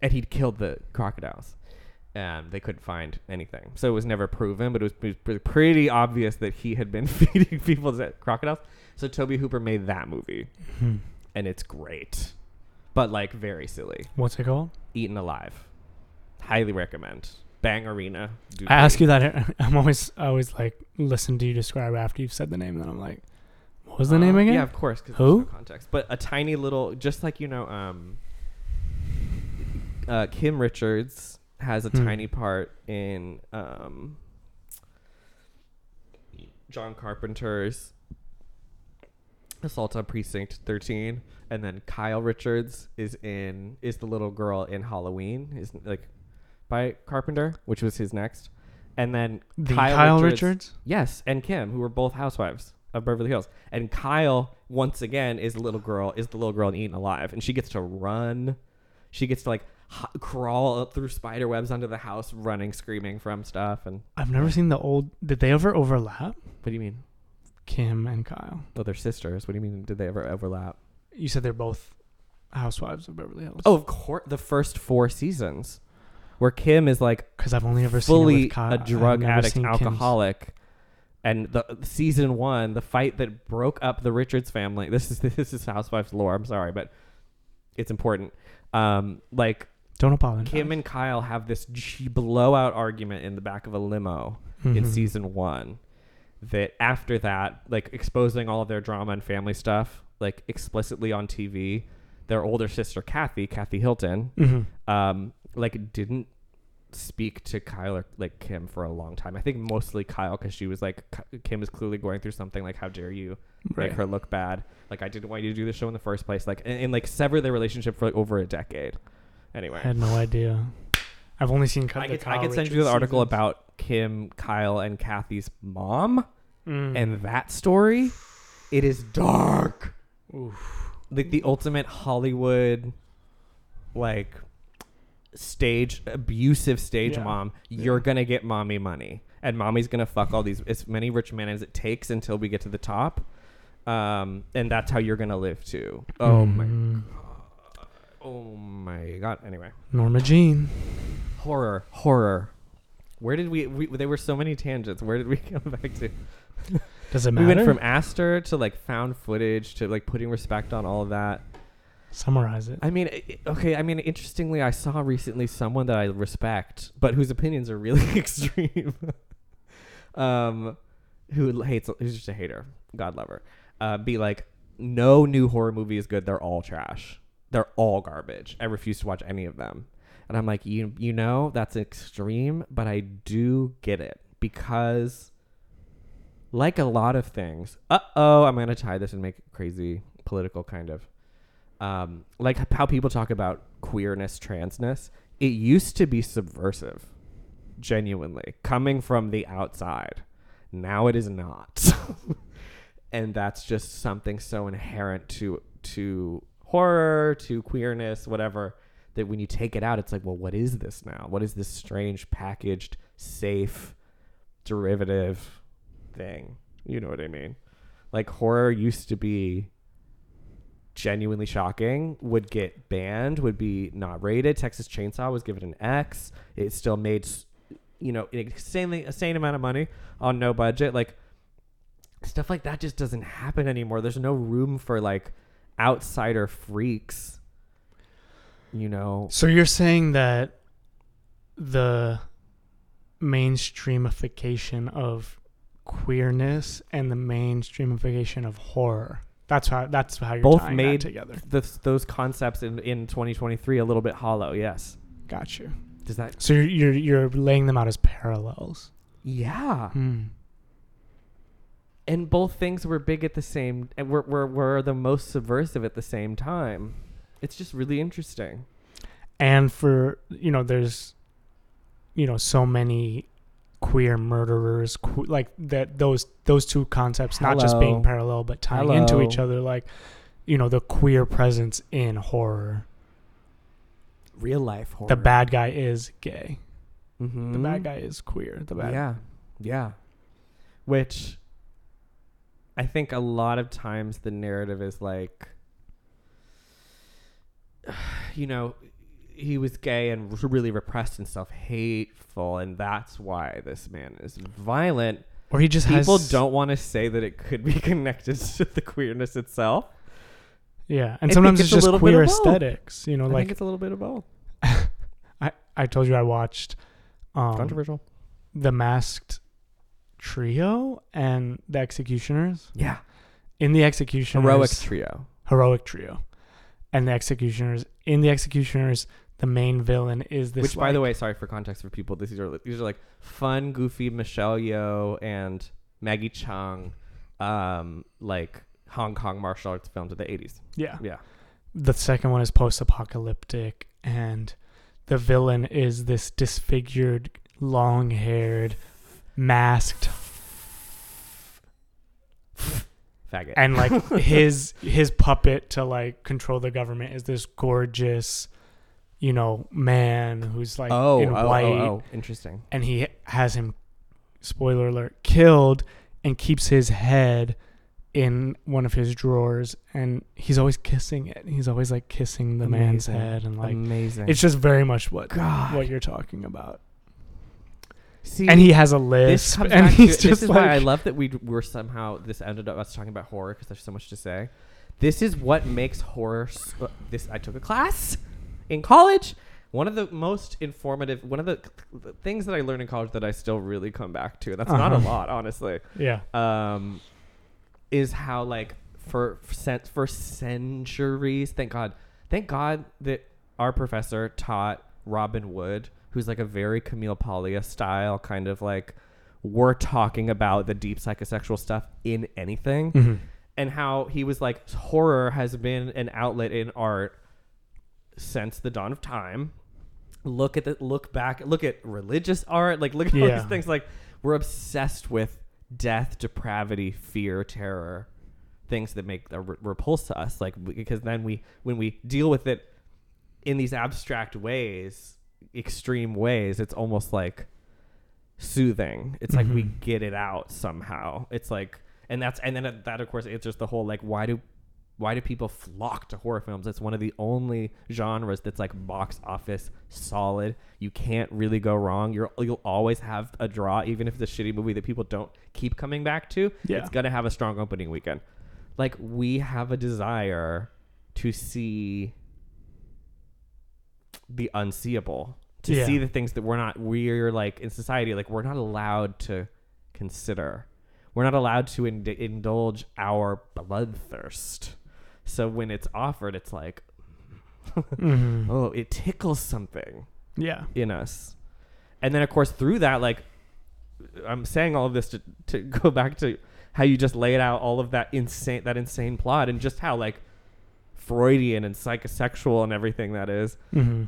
S3: and he'd killed the crocodiles. Um, they couldn't find anything, so it was never proven. But it was, it was pre- pretty obvious that he had been feeding people to crocodiles. So Toby Hooper made that movie,
S2: Mhm.
S3: and it's great but like very silly.
S2: What's it called?
S3: Eaten Alive. Highly recommend. Bang Arena. Dude,
S2: I ask you that. I'm always, I always like listen to you describe after you've said the name, and then I'm like, what was the name again?
S3: Uh, Yeah, of course. 'cause there's
S2: Who?
S3: no context. But a tiny little, just like you know, um, uh, Kim Richards has a
S2: Hmm.
S3: tiny part in um, John Carpenter's Assault on Precinct 13, and then Kyle Richards is in is the little girl in Halloween, is like by Carpenter, which was his next, and then
S2: The Kyle Richards?
S3: Yes, and Kim, who were both housewives of Beverly Hills. And Kyle, once again, is the little girl, is the little girl in Eaten Alive, and she gets to run. She gets to like h- crawl up through spider webs under the house, running, screaming from stuff. And
S2: I've never seen the old. Did they ever overlap?
S3: what do you mean?
S2: Kim and Kyle.
S3: Oh, they're sisters. What do you mean? Did they ever overlap?
S2: You said they're both housewives of Beverly Hills.
S3: Oh, of course, the first four seasons, where Kim is like
S2: because I've only ever seen it
S3: fully
S2: with Kyle.
S3: a
S2: I've
S3: drug
S2: never
S3: addict
S2: seen Kim's-
S3: alcoholic and the season one the fight that broke up the richards family this is this is housewives lore i'm sorry but it's important um like
S2: Don't apologize.
S3: kim and kyle have this g- blowout argument in the back of a limo in
S2: Mhm.
S3: season one that after that like exposing all of their drama and family stuff like explicitly on tv their older sister kathy kathy hilton
S2: Mhm.
S3: um, like didn't speak to Kyle or like Kim for a long time. I think mostly Kyle because she was like K- Kim is clearly going through something like how dare you
S2: Right.
S3: make her look bad? Like I didn't want you to do this show in the first place. Like and, and like sever their relationship for like over a decade.
S2: I
S3: Anyway,
S2: had no idea. I've only seen. Ky-
S3: I
S2: the
S3: could,
S2: Kyle
S3: I could send you
S2: Richards
S3: the article
S2: seasons.
S3: about Kim, Kyle, and Kathy's mom
S2: Mm.
S3: and that story. It is dark.
S2: Oof.
S3: like the ultimate Hollywood, like stage abusive stage
S2: Yeah.
S3: mom. You're gonna get mommy money, and mommy's gonna fuck all these as many rich men as it takes until we get to the top. Um, and that's how you're gonna live too. Oh my,
S2: Mm.
S3: oh my god. Anyway,
S2: Norma Jean.
S3: horror, horror. Where did we, we? There were so many tangents. Where did we come back to?
S2: Does it
S3: We
S2: matter?
S3: went from Aster to like found footage to like putting respect on all of that.
S2: Summarize it.
S3: I mean, i- i- okay. I mean, interestingly, I saw recently someone that I respect, but whose opinions are really extreme. um, who hates? Who's just a hater, God lover. Uh, be like, no new horror movie is good. They're all trash. They're all garbage. I refuse to watch any of them. And I'm like, you, you know, that's extreme, but I do get it because, like a lot of things. Uh oh, I'm gonna tie this and make it crazy political, kind of um, like how people talk about queerness, transness, it used to be subversive, genuinely, coming from the outside. Now it is not. and that's just something so inherent to to horror, to queerness, whatever, that when you take it out, it's like, well, what is this now? What is this strange, packaged, safe, derivative thing? You know what I mean? Like horror used to be genuinely shocking would get banned would be not rated texas chainsaw was given an x it still made s- you know an insanely insane amount of money on no budget like stuff like that just doesn't happen anymore there's no room for like outsider freaks you know
S2: So you're saying that the mainstreamification of queerness and the mainstreamification of horror. That's how that's how you're
S3: Both
S2: tying that
S3: made-
S2: together.
S3: th- those concepts in, in 2023 a little bit hollow yes
S2: Got you.
S3: does that
S2: So you're you're, you're laying them out as parallels.
S3: yeah
S2: Hmm.
S3: and both things were big at the same and were, were, were the most subversive at the same time it's just really interesting
S2: And for you know, there's you know so many queer murderers, que- like that those those two concepts not just
S4: Hello.
S2: being parallel but tying into each
S4: Hello.
S2: other like you know the queer presence in horror.
S4: Real life horror.
S2: The bad guy is gay.
S3: Mm-hmm.
S2: The bad guy is queer. The bad
S3: Yeah. Yeah. Which I think a lot of times the narrative is like, you know, he was gay and really repressed and self hateful, and that's why this man is violent.
S2: or he just
S3: People
S2: has,
S3: don't want to say that it could be connected to the queerness itself.
S2: Yeah,
S3: I
S2: and
S3: think
S2: sometimes
S3: it's
S2: it's,
S3: a
S2: just
S3: little bit
S2: queer
S3: of both.
S2: aesthetics. You know,
S3: I think
S2: like
S3: it's a little bit of both.
S2: I, I told you, I watched um,
S3: Controversial.
S2: the Masked Trio and the Executioners.
S3: Yeah.
S2: In the Executioners,
S3: Heroic trio.
S2: heroic trio, and the Executioners. In the Executioners, the main villain is this.
S3: Which, by the
S2: like-
S3: way, sorry for context for people. These are these are like fun, goofy Michelle Yeoh and Maggie Chung, um, like Hong Kong martial arts films of the eighties.
S2: yeah,
S3: Yeah,
S2: the second one is post-apocalyptic, and the villain is this disfigured, long-haired, masked
S3: faggot.
S2: and like his his puppet to like control the government is this gorgeous you know man who's like
S3: oh,
S2: in
S3: oh,
S2: white
S3: oh, oh, interesting.
S2: and he has him spoiler alert killed and keeps his head in one of his drawers and he's always kissing it he's always like kissing the man's
S3: Amazing.
S2: head and like
S3: Amazing.
S2: it's just very much what
S3: God.
S2: what you're talking about
S3: See,
S2: and he has a
S3: this
S2: list
S3: comes
S2: and
S3: back
S2: he's
S3: to,
S2: just
S3: this is
S2: like
S3: why I love that we d- were somehow this ended up us talking about horror because there's so much to say. This is what makes horror. s- uh, This I took a class in college. One of the most informative, one of the the things that I learned in college that I still really come back to. and That's not a
S2: Uh-huh.
S3: lot, honestly.
S2: yeah
S3: Um, is how like for for cent- for centuries. Thank God. Thank God that our professor taught Robin Wood, who's like a very Camille Paglia style kind of like we're talking about the deep psychosexual stuff in anything
S2: Mhm.
S3: and how he was like horror has been an outlet in art since the dawn of time look at the look back look at religious art like look at all
S2: Yeah.
S3: these things like we're obsessed with death depravity fear terror things that make that re- repulse to us like because then we when we deal with it in these abstract ways extreme ways it's almost like soothing it's like we get it out somehow it's like and that's and then uh, that of course answers the whole like why do why do people flock to horror films? It's one of the only genres that's like box office solid. You can't really go wrong. You're you'll always have a draw, even if it's a shitty movie that people don't keep coming back to.
S2: Yeah.
S3: It's gonna have a strong opening weekend. Like we have a desire to see the unseeable, to
S2: Yeah.
S3: see the things that we're not we're like in society, like we're not allowed to consider. We're not allowed to ind- indulge our bloodthirst. So when it's offered, it's like,
S2: Mhm.
S3: oh, it tickles something
S2: yeah
S3: in us. And then, of course, through that, like, I'm saying all of this to, to go back to how you just laid out all of that insane that insane plot and just how like Freudian and psychosexual and everything that is
S2: hmm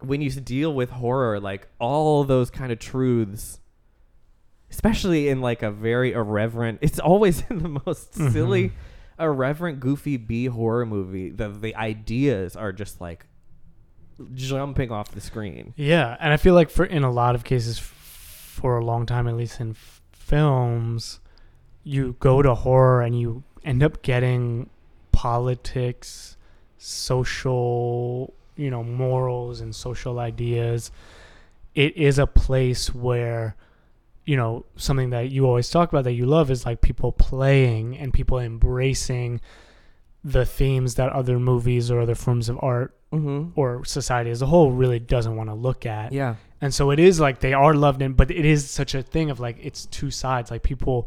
S3: when you s- deal with horror, like all those kind of truths, especially in like a very irreverent, it's always in the most silly, irreverent, goofy B horror movie. The the ideas are just like jumping off the screen.
S2: Yeah, and I feel like for in a lot of cases, f- for a long time at least in f- films, you go to horror and you end up getting politics, social, you know, morals and social ideas. It is a place where you know something that you always talk about that you love is like people playing and people embracing the themes that other movies or other forms of art
S3: Mm-hmm.
S2: or society as a whole really doesn't want to look at.
S3: Yeah,
S2: And so it is like they are loved in, but it is such a thing of like it's two sides. Like people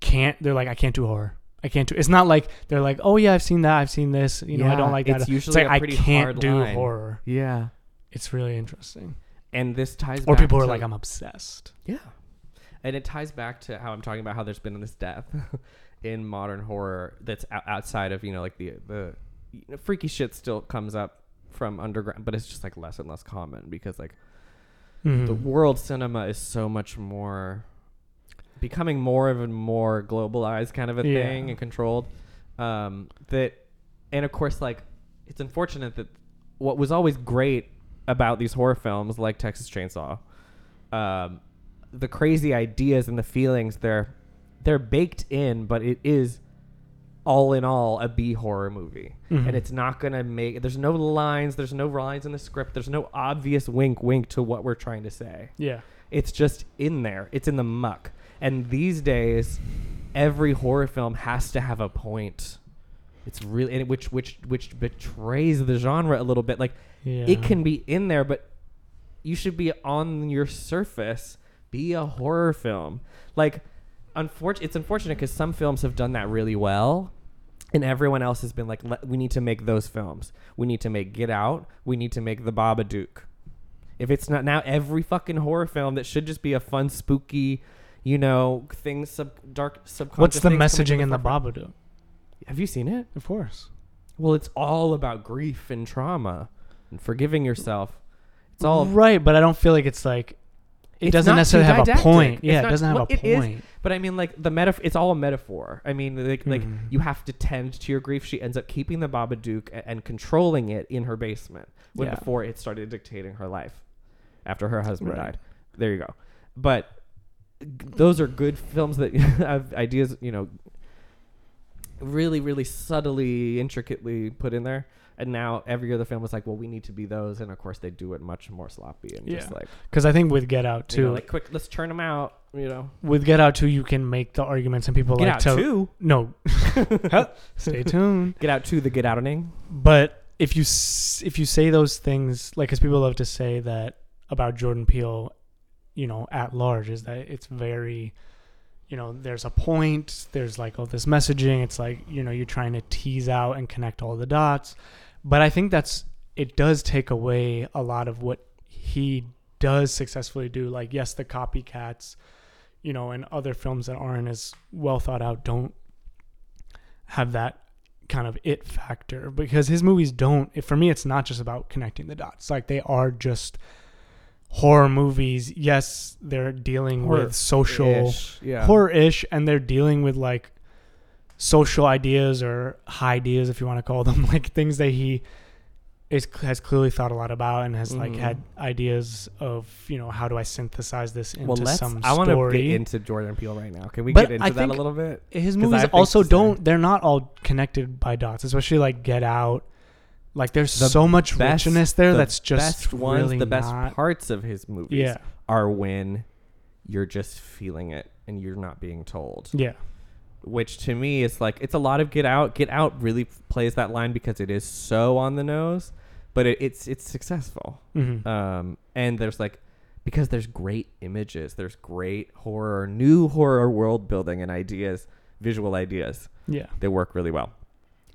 S2: can't. They're like, I can't do horror. I can't do. It's not like they're like, oh yeah, I've seen that. I've seen this. You know, I
S3: Yeah,
S2: don't like that.
S3: it's usually
S2: like
S3: a
S2: I
S3: pretty
S2: can't
S3: hard
S2: do
S3: line.
S2: horror.
S3: yeah.
S2: It's really interesting.
S3: And this ties
S2: Or
S3: back
S2: people are
S3: to-
S2: like, I'm obsessed.
S3: Yeah. And it ties back to how I'm talking about how there's been this death in modern horror that's out- outside of, you know, like the the you know, freaky shit still comes up from underground, but it's just like less and less common because like
S2: Mhm.
S3: the world cinema is so much more becoming more and more globalized kind of a
S2: Yeah.
S3: thing and controlled um, that and of course like it's unfortunate that what was always great about these horror films like texas chainsaw um, the crazy ideas and the feelings they're they're baked in but it is all in all a B horror movie.
S2: Mhm.
S3: And it's not going to make there's no lines, there's no lines in the script, there's no obvious wink wink to what we're trying to say.
S2: yeah.
S3: It's just in there. It's in the muck. And these days every horror film has to have a point. It's really and it- which which which betrays the genre a little bit. Like
S2: Yeah.
S3: it can be in there, but you should be on your surface. Be a horror film. Like, unfortunate. It's unfortunate because some films have done that really well, and everyone else has been like, "Le- "We need to make those films. We need to make Get Out. We need to make The Babadook." If it's not now, every fucking horror film that should just be a fun, spooky, you know, things sub dark subconscious.
S2: What's the
S3: things coming to
S2: messaging in the
S3: forefront.
S2: Babadook?
S3: Have you seen it?
S2: Of course.
S3: Well, it's all about grief and trauma and forgiving yourself. It's all
S2: right, but I don't feel like it's like it
S3: It's
S2: doesn't
S3: not
S2: necessarily
S3: too
S2: have a
S3: didactic.
S2: point.
S3: It's
S2: Yeah,
S3: not-
S2: it doesn't have
S3: well,
S2: a
S3: it is,
S2: point.
S3: but I mean, like the metaphor. It's all a metaphor. I mean, like, like
S2: Mhm.
S3: you have to tend to your grief. She ends up keeping the Babadook and, and controlling it in her basement when
S2: Yeah.
S3: before it started dictating her life after her husband
S2: Right.
S3: died. There you go. But g- those are good films that have ideas. You know, really, really subtly, intricately put in there. And now every other film is like, well, we need to be those, and of course they do it much more sloppy and just
S2: Yeah.
S3: like,
S2: Because I think with Get Out
S3: you
S2: too,
S3: know, like quick, let's turn them out. You know,
S2: with Get Out too, you can make the arguments and people
S3: get
S2: like
S3: out
S2: to
S3: too.
S2: no, stay tuned.
S3: Get out to the get outing.
S2: But if you s- if you say those things, like because people love to say that about Jordan Peele, you know, at large, is that it's very, you know, there's a point. There's like all this messaging. It's like you know you're trying to tease out and connect all the dots. But I think that's it does take away a lot of what he does successfully do. Like yes, the copycats, you know, and other films that aren't as well thought out don't have that kind of it factor because his movies don't it, for me it's not just about connecting the dots like they are just horror movies yes they're dealing with social
S3: Yeah.
S2: horror-ish and they're dealing with like social ideas or high ideas if you want to call them like things that he is has clearly thought a lot about and has like
S3: Mhm.
S2: had ideas of you know how do i synthesize this into
S3: well, let's.
S2: some
S3: I want to
S2: story
S3: get into Jordan Peele right now. Can we
S2: But
S3: get into
S2: I
S3: that a
S2: think-
S3: little bit?
S2: his
S3: 'Cause I
S2: movies
S3: have things
S2: also
S3: to say.
S2: don't they're not all connected by dots especially like get out like there's
S3: The
S2: so much
S3: best-
S2: richness there
S3: the
S2: that's just
S3: best ones,
S2: really
S3: the best
S2: not-
S3: parts of his movies
S2: yeah
S3: are when you're just feeling it and you're not being told.
S2: yeah
S3: Which to me is like it's a lot of Get Out. Get Out really plays that line because it is so on the nose, but it, it's it's successful.
S2: hmm
S3: um, and there's like because there's great images there's great horror new horror world building and ideas visual ideas
S2: yeah
S3: they work really well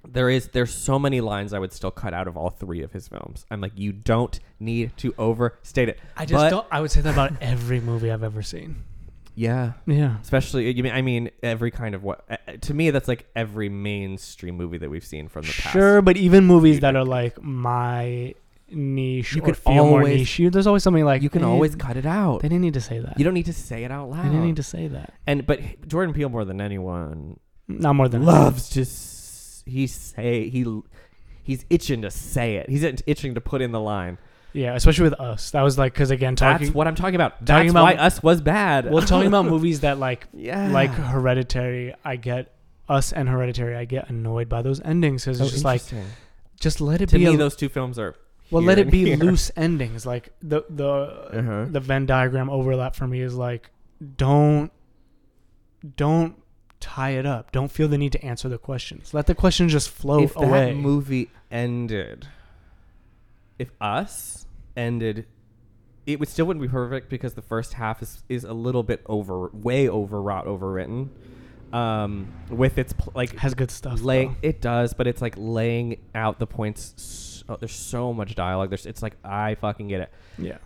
S3: there is there's so many lines i would still cut out of all three of his films i'm like you don't need to overstate it
S2: i
S3: just But-
S2: don't i would say that about every movie i've ever seen
S3: yeah
S2: yeah
S3: especially you mean i mean every kind of what uh, uh, to me that's like every mainstream movie that we've seen from the past
S2: sure but even movies that are like my niche
S3: You
S2: or
S3: can
S2: feel more
S3: always-
S2: niche you- there's always something like
S3: you can
S2: eh,
S3: always cut it out
S2: they didn't need to say that
S3: you don't need to say it out
S2: they
S3: loud
S2: didn't need to say that
S3: and but jordan peele more than anyone
S2: not more than
S3: loves to s- he say he he's itching to say it. He's itching to put in the line.
S2: yeah especially with us that was like because again
S3: That's
S2: talking
S3: what I'm talking about. That's
S2: talking about-
S3: why us was bad.
S2: well talking about movies that like
S3: yeah,
S2: like Hereditary, I get Us and Hereditary, I get annoyed by those endings because
S3: So
S2: it's just like
S3: Oh, interesting.
S2: just let it
S3: to
S2: be
S3: me,
S2: a,
S3: those two films are
S2: well,
S3: here
S2: let it
S3: and
S2: be
S3: here.
S2: loose endings. Like the the
S3: Uh-huh.
S2: the Venn diagram overlap for me is like don't don't tie it up. Don't feel the need to answer the questions. Let the questions just float
S3: if that
S2: away.
S3: movie ended, if us ended, it would still wouldn't be perfect because the first half is is a little bit over, way overwrought, overwritten. Um, with its pl- like
S2: has good stuff.
S3: laying
S2: though.
S3: it does but it's like laying out the points so, there's so much dialogue there's it's like i fucking get it
S2: yeah.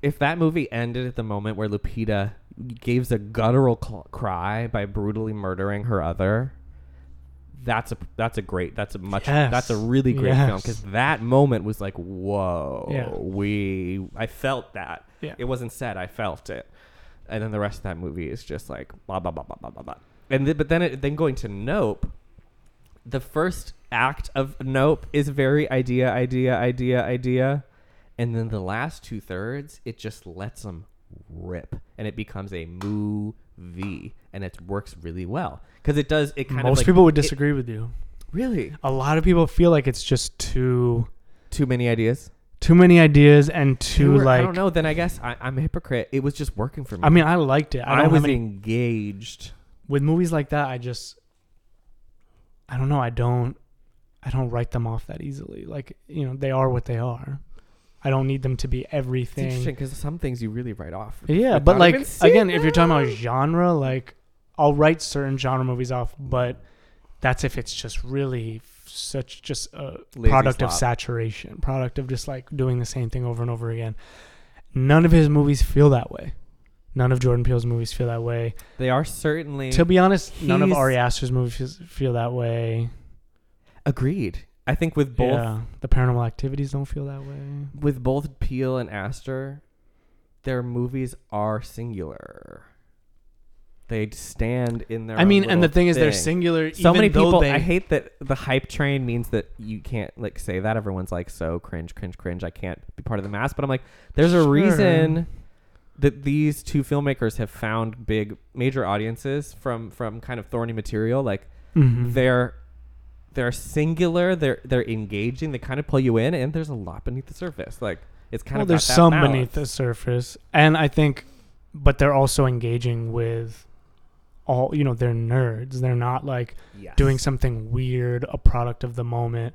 S3: if that movie ended at the moment where lupita gives a guttural cl- cry by brutally murdering her other that's a that's a great that's a much
S2: Yes.
S3: that's a really great
S2: Yes.
S3: film 'cause film because that moment was like whoa
S2: Yeah.
S3: we I felt that
S2: Yeah.
S3: it wasn't said I felt it and then the rest of that movie is just like blah blah blah blah blah blah blah and th- but then it, then going to Nope the first act of Nope is very idea idea idea idea and then the last two thirds it just lets them rip and it becomes a movie and it works really well because it does it kind of
S2: Most
S3: like-
S2: people would
S3: it-
S2: disagree with you.
S3: Really?
S2: A lot of people feel like it's just too
S3: Too many ideas?
S2: too many ideas and too like.
S3: I don't know. Then I guess I, I'm a hypocrite. It was just working for me.
S2: I mean, I liked it. I
S3: I,
S2: don't
S3: was
S2: have any
S3: engaged.
S2: with movies like that. I just I don't know. I don't I don't write them off that easily. Like you know, they are what they are. I don't need them to be
S3: It's interesting
S2: everything.
S3: because some things you really write off.
S2: Yeah,
S3: without
S2: but like
S3: even seeing
S2: again, if you're talking about
S3: them.
S2: genre, like I'll write certain genre movies off, but that's if it's just really f- such just a
S3: Lazy
S2: product of
S3: slop.
S2: saturation, product of just like doing the same thing over and over again. None of his movies feel that way. None of Jordan Peele's movies feel that way.
S3: they are certainly
S2: To be honest, none of
S3: He's-
S2: Ari Aster's movies feel that way.
S3: agreed. I think with both
S2: Yeah, the Paranormal Activities don't feel that way.
S3: with both Peel and Astor, their movies are singular. They stand in their.
S2: I mean,
S3: own
S2: and the
S3: little
S2: thing, is, they're
S3: thing.
S2: singular.
S3: so
S2: even
S3: many
S2: though
S3: people
S2: They,
S3: i hate that the hype train means that you can't like say that everyone's like so cringe cringe cringe i can't be part of the mass but i'm like there's a
S2: Sure.
S3: reason that these two filmmakers have found big major audiences from from kind of thorny material like
S2: Mhm.
S3: they're they're singular they're they're engaging they kind of pull you in and there's a lot beneath the surface like it's kind
S2: well,
S3: of got
S2: there's
S3: that
S2: some
S3: balance.
S2: beneath the surface, and I think, but they're also engaging with all you know. They're nerds. They're not like
S3: Yes.
S2: doing something weird, a product of the moment.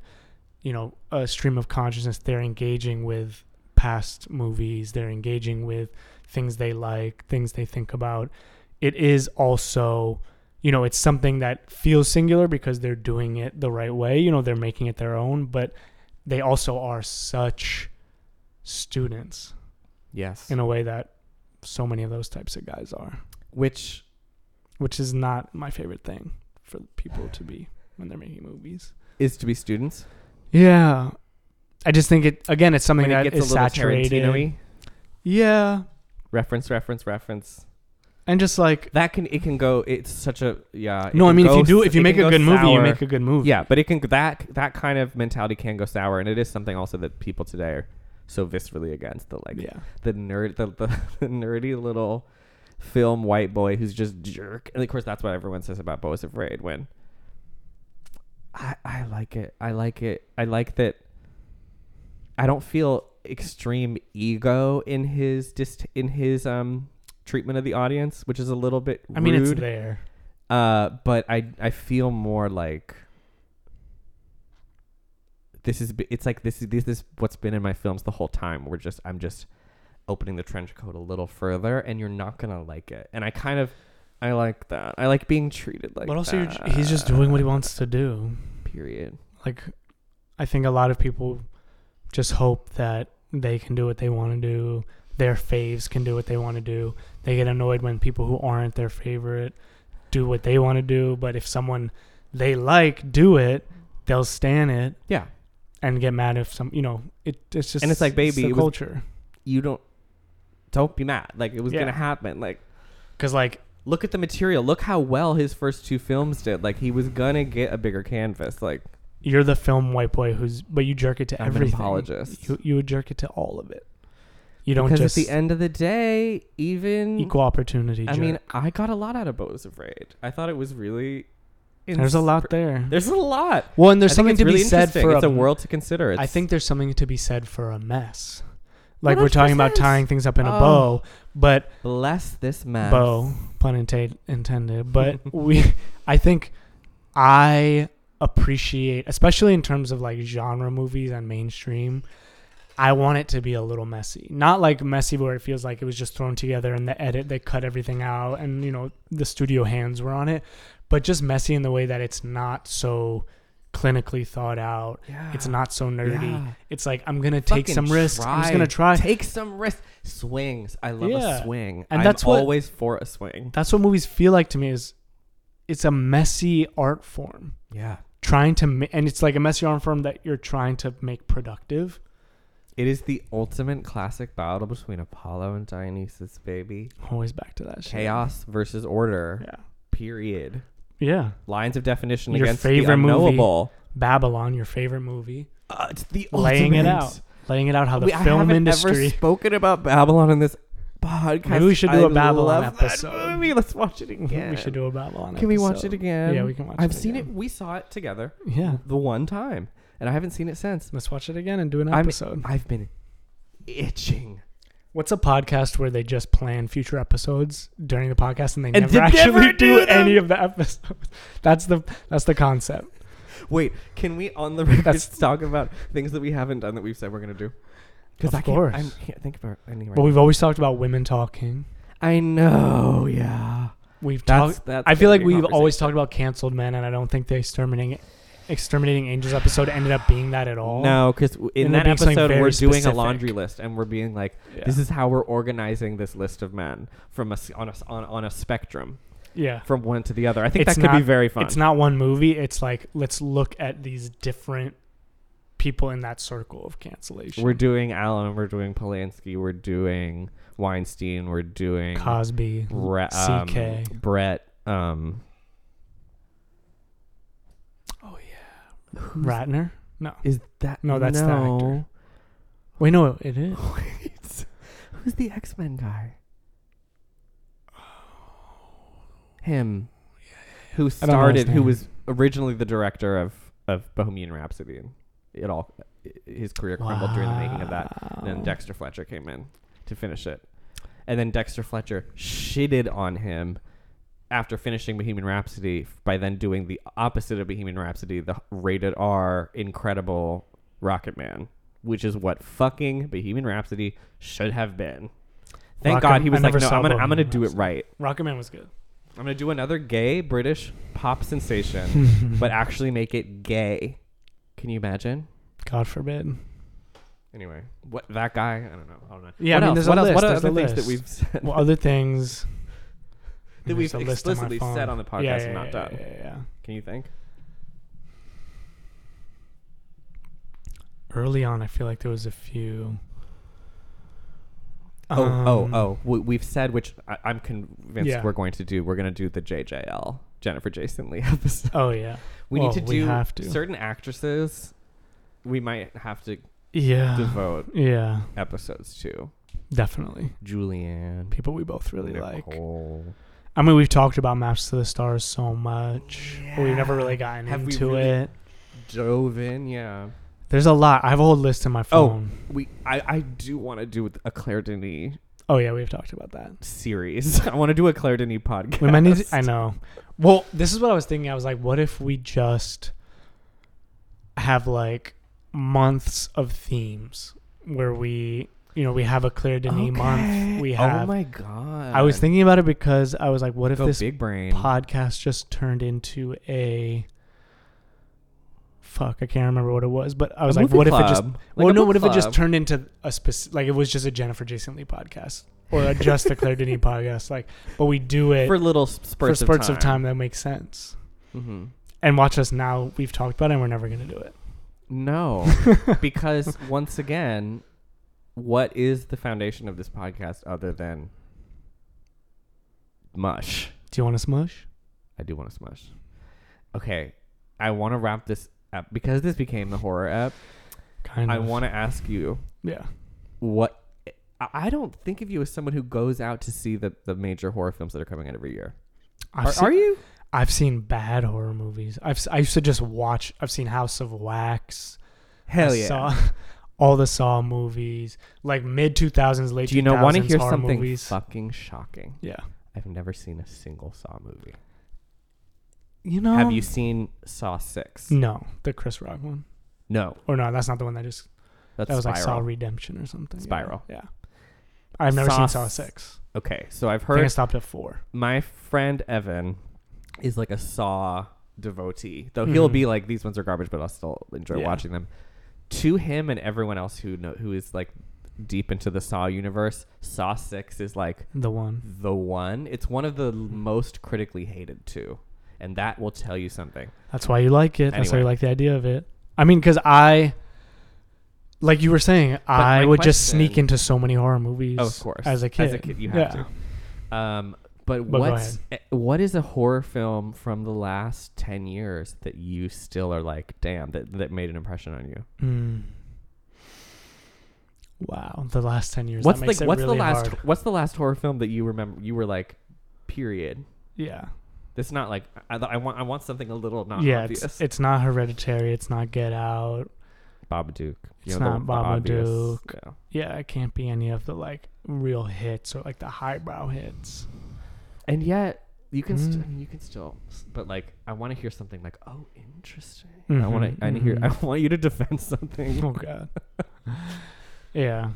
S2: You know, a stream of consciousness. They're engaging with past movies. They're engaging with things they like, things they think about. It is also, you know, it's something that feels singular because they're doing it the right way. You know, they're making it their own, but they also are such students
S3: yes
S2: in a way that so many of those types of guys are,
S3: which
S2: which is not my favorite thing for people to be when they're making movies.
S3: is to be students
S2: Yeah. I just think it again it's something
S3: when it
S2: that
S3: gets
S2: is
S3: a little
S2: saturated.
S3: Tarantino-y.
S2: Yeah.
S3: reference reference reference
S2: And just like
S3: that can it can go it's such a yeah it
S2: no, I
S3: can
S2: mean if
S3: go
S2: you do
S3: s-
S2: if you
S3: it
S2: make
S3: can
S2: a
S3: go
S2: good movie, you
S3: sour.
S2: make a good movie.
S3: yeah but it can that that kind of mentality can go sour and it is something also that people today are so viscerally against the like
S2: Yeah.
S3: the nerd the, the, the nerdy little film white boy who's just jerk and of course that's what everyone says about Bo is afraid when I I like it I like it I like that I don't feel extreme ego in his dist in his um treatment of the audience which is a little bit
S2: I mean it's
S3: rude.
S2: there.
S3: Uh, but I I feel more like this is b- it's like this is this is what's been in my films the whole time. We're just I'm just opening the trench coat a little further, and you're not gonna like it. And I kind of I like that. I like being treated like.
S2: but also you're, j- he's just doing what he wants to do.
S3: that, Period.
S2: like I think a lot of people just hope that they can do what they want to do. Their faves can do what they want to do. They get annoyed when people who aren't their favorite do what they want to do, but if someone they like do it, they'll stand it
S3: Yeah,
S2: and get mad if some, you know, it, it's just
S3: And it's like, baby,
S2: the
S3: it was-
S2: culture.
S3: you don't don't be mad. Like it was
S2: Yeah.
S3: gonna happen. Like
S2: Cuz like
S3: look at the material. Look how well his first two films did. Like he was gonna get a bigger canvas. Like
S2: you're the film white boy who's but you jerk it to
S3: I'm an
S2: everything.
S3: apologist.
S2: You you would jerk it to all of it. You don't
S3: because
S2: just
S3: at the end of the day, even
S2: equal opportunity.
S3: I
S2: jerk.
S3: mean, I got a lot out of Bo's Afraid. I thought it was really.
S2: there's a
S3: ins-
S2: lot there.
S3: There's a lot.
S2: Well, and there's
S3: I think
S2: something
S3: it's
S2: to
S3: really
S2: be said
S3: interesting.
S2: for
S3: it's
S2: a,
S3: a world to consider. It's,
S2: I think there's something to be said for a mess. Like we're talking about
S3: 100%.
S2: tying things up in a
S3: Oh.
S2: bow, but
S3: bless this mess.
S2: bow pun inta- intended. But we, I think, I appreciate, especially in terms of like genre movies and mainstream. I want it to be a little messy, not like messy where it feels like it was just thrown together in the edit. They cut everything out, and you know the studio hands were on it, but just messy in the way that it's not so clinically thought out.
S3: Yeah.
S2: It's not so nerdy.
S3: Yeah.
S2: It's like I'm gonna take
S3: Fucking
S2: some risks. I'm just gonna try.
S3: Take some risks. Swings. I love
S2: Yeah.
S3: a swing.
S2: And
S3: I'm
S2: that's what-
S3: always for a swing.
S2: That's what movies feel like to me. Is it's a messy art form
S3: Yeah.
S2: trying to ma- and it's like a messy art form that you're trying to make productive.
S3: It is the ultimate classic battle between Apollo and Dionysus, baby.
S2: Always back to that shit.
S3: Chaos versus order.
S2: Yeah.
S3: Period.
S2: Yeah.
S3: Lines of definition
S2: Your
S3: against the
S2: favorite movie.
S3: unknowable.
S2: Babylon, your favorite movie,
S3: Uh, it's the
S2: laying it
S3: ultimate.
S2: out, laying it out how the
S3: we, I
S2: film
S3: haven't ever
S2: industry.
S3: spoken about Babylon in this podcast.
S2: Maybe we should do
S3: a
S2: a Babylon episode.
S3: That movie. Let's watch it again.
S2: we should do a Babylon.
S3: Can we watch
S2: episode.
S3: it again?
S2: Yeah, we can watch
S3: I've
S2: it
S3: seen
S2: again.
S3: it. We saw it together
S2: Yeah,
S3: the one time, and I haven't seen it since.
S2: let's watch it again and do an
S3: I'm-
S2: episode.
S3: I've been itching.
S2: What's a podcast where they just plan future episodes during the podcast and they
S3: And
S2: never
S3: they
S2: actually
S3: never
S2: do,
S3: do them?
S2: any of the episodes? That's the that's the concept.
S3: Wait, can we on the record
S2: That's-
S3: talk about things that we haven't done that we've said we're gonna do?
S2: Of
S3: Because I can't,
S2: course.
S3: I'm- can't think about any right
S2: But we've always talked about women talking.
S3: now. I know. Yeah.
S2: We've
S3: That's
S2: talked.
S3: that's.
S2: I
S3: gonna
S2: feel like
S3: be a
S2: we've always
S3: conversation.
S2: talked about canceled men, and I don't think the exterminating exterminating angels episode ended up being that at all.
S3: No, because in
S2: And they're
S3: that
S2: being something
S3: episode
S2: very
S3: we're doing a
S2: specific.
S3: laundry list and we're being like,
S2: Yeah.
S3: this is how we're organizing this list of men from a s on a s- on, on a spectrum
S2: yeah.
S3: from one to the other. I think
S2: It's
S3: that could be
S2: not-
S3: very fun.
S2: It's not one movie. It's like let's look at these different people in that circle of cancellation.
S3: We're doing Allen. We're doing Polanski. We're doing Weinstein. We're doing
S2: Cosby,
S3: Bre- um,
S2: CK.
S3: Brett. Um, Oh,
S2: Ratner. No,
S3: is that
S2: No, that's that
S3: no.
S2: wait, no, it is.
S3: Wait, who's the X Men guy? Him,
S2: Oh. I don't know
S3: who
S2: his
S3: started, who
S2: name.
S3: was originally the director of of Bohemian Rhapsody, and it all his career crumbled during the making of that. And then
S2: Wow.
S3: Dexter Fletcher came in to finish it. And then Dexter Fletcher shitted on him after finishing Bohemian Rhapsody f- by then doing the opposite of Bohemian Rhapsody, the rated R incredible Rocket Man, which is what fucking Bohemian Rhapsody should have been. Thank
S2: Rocket-
S3: God he was
S2: I
S3: like,
S2: never
S3: no,
S2: saw
S3: I'm gonna, I'm gonna
S2: Bohemian
S3: do it
S2: Rhapsody.
S3: right.
S2: Rocketman was good.
S3: I'm gonna do another gay British pop sensation, but actually make it gay. Can you imagine?
S2: God forbid.
S3: Anyway, what that guy? I don't know. I don't know.
S2: Yeah, I
S3: what
S2: mean,
S3: else?
S2: there's a
S3: what else?
S2: list,
S3: What are
S2: there's
S3: other
S2: a
S3: things that
S2: list.
S3: we've said?
S2: Well, other things
S3: that
S2: there's
S3: we've
S2: a list on my
S3: explicitly
S2: phone.
S3: said on the podcast
S2: yeah, yeah,
S3: and not
S2: yeah,
S3: done.
S2: Yeah, yeah, yeah.
S3: Can you think?
S2: Early on, I feel like there was a few.
S3: Oh, oh,
S2: Um,
S3: oh. We, we've said which I, I'm convinced
S2: Yeah.
S3: we're going to do. We're going to do the JJL Jennifer Jason Lee episode.
S2: Oh yeah,
S3: We
S2: Well,
S3: need to
S2: we
S3: do
S2: have to.
S3: certain actresses. We might have to
S2: yeah,
S3: devote
S2: yeah,
S3: episodes to
S2: definitely.
S3: Julianne,
S2: People we both really like.
S3: Nicole.
S2: I mean, we've talked about Maps to the Stars so much. but We've never really gotten
S3: Have we
S2: into
S3: really-
S2: it.
S3: Joven. Yeah,
S2: There's a lot. I have a whole list in my
S3: Oh.
S2: phone.
S3: we. I, I do want to do a Claire Denis
S2: Oh, yeah, we've talked about that.
S3: series. I want to do a Claire Denis podcast.
S2: We might need. to- I know. Well, this is what I was thinking. I was like, what if we just have like months of themes where we, you know, we have a Claire Denis month. We
S3: Oh
S2: have.
S3: my god!
S2: I was thinking about it because I was like, what if
S3: Go
S2: this
S3: big brain.
S2: podcast just turned into a fuck i can't remember what it was but i was
S3: A
S2: like
S3: movie
S2: what if it just
S3: club. Like
S2: well
S3: a
S2: no
S3: book
S2: what if it just
S3: club.
S2: turned into a specific like it was just a jennifer jason lee podcast or a just the claire denis podcast like but we do it
S3: for
S2: for,
S3: little s- spurts,
S2: spurts of time. that makes sense
S3: Mm-hmm.
S2: and watch us now we've talked about it and we're never gonna do it
S3: No, because once again, what is the foundation of this podcast other than mush?
S2: do you want to smush
S3: I do want to smush. Okay, I want to wrap this up because this became the horror app.
S2: kind
S3: I
S2: of
S3: want to ask you
S2: yeah
S3: what. I- I don't think of you as someone who goes out to see the, the major horror films that are coming out every year.
S2: I've
S3: Are,
S2: seen,
S3: are you?
S2: I've seen bad horror movies i've s- i used to just watch i've seen house of wax
S3: Hell
S2: I
S3: yeah!
S2: Saw all the Saw movies, like mid two thousands, late.
S3: Do you know? Want to
S2: 2000s
S3: hear
S2: horror
S3: something
S2: Movies.
S3: fucking shocking?
S2: Yeah,
S3: I've never seen a single Saw movie.
S2: you know.
S3: Have you seen Saw Six?
S2: No, the Chris Rock one,
S3: No,
S2: or no, that's not the one that just
S3: that's
S2: that was
S3: Spiral.
S2: like Saw Redemption or something. yeah.
S3: Spiral.
S2: Yeah, I've never seen
S3: Saw
S2: Saw
S3: s-
S2: six.
S3: okay, so I've
S2: I think I
S3: heard
S2: stopped at four.
S3: my friend Evan is like a Saw devotee, though he'll
S2: Mhm.
S3: be like, "These ones are garbage," but I'll still enjoy
S2: Yeah.
S3: watching them. To him and everyone else who know who is like deep into the Saw universe, Saw Six is like
S2: The one.
S3: the one. It's one of the most critically hated too. and that will tell you something.
S2: That's why you like it. That's why you
S3: Anyway.
S2: like the idea of it. I mean, because I, like you were saying, I
S3: my
S2: would just sneak
S3: question-
S2: into so many horror movies.
S3: Oh, of course.
S2: as a kid,
S3: as a kid, you have
S2: Yeah.
S3: to. Um, but,
S2: go
S3: what's eh, what is a horror film from the last ten years that you still are like, damn, that that made an impression on you?
S2: Mm. Wow, the last ten years.
S3: what's
S2: that makes
S3: the
S2: it
S3: What's
S2: really
S3: the last
S2: hard.
S3: What's the last horror film that you remember? You were like, period.
S2: Yeah,
S3: It's not like I, I want. I want something a little not
S2: yeah.
S3: obvious.
S2: It's, it's not hereditary. It's not Get Out.
S3: Babadook. You
S2: It's
S3: know, the-
S2: not
S3: the obvious-
S2: Babadook.
S3: yeah.
S2: Yeah, it can't be any of the like real hits or like the highbrow hits.
S3: And yet, you can. St-
S2: Mm.
S3: I mean, you can still. s- But like, I want to hear something like, "Oh, interesting." I
S2: Mhm,
S3: want to. I hear. I
S2: mhm.
S3: want you to defend something.
S2: Oh god. yeah.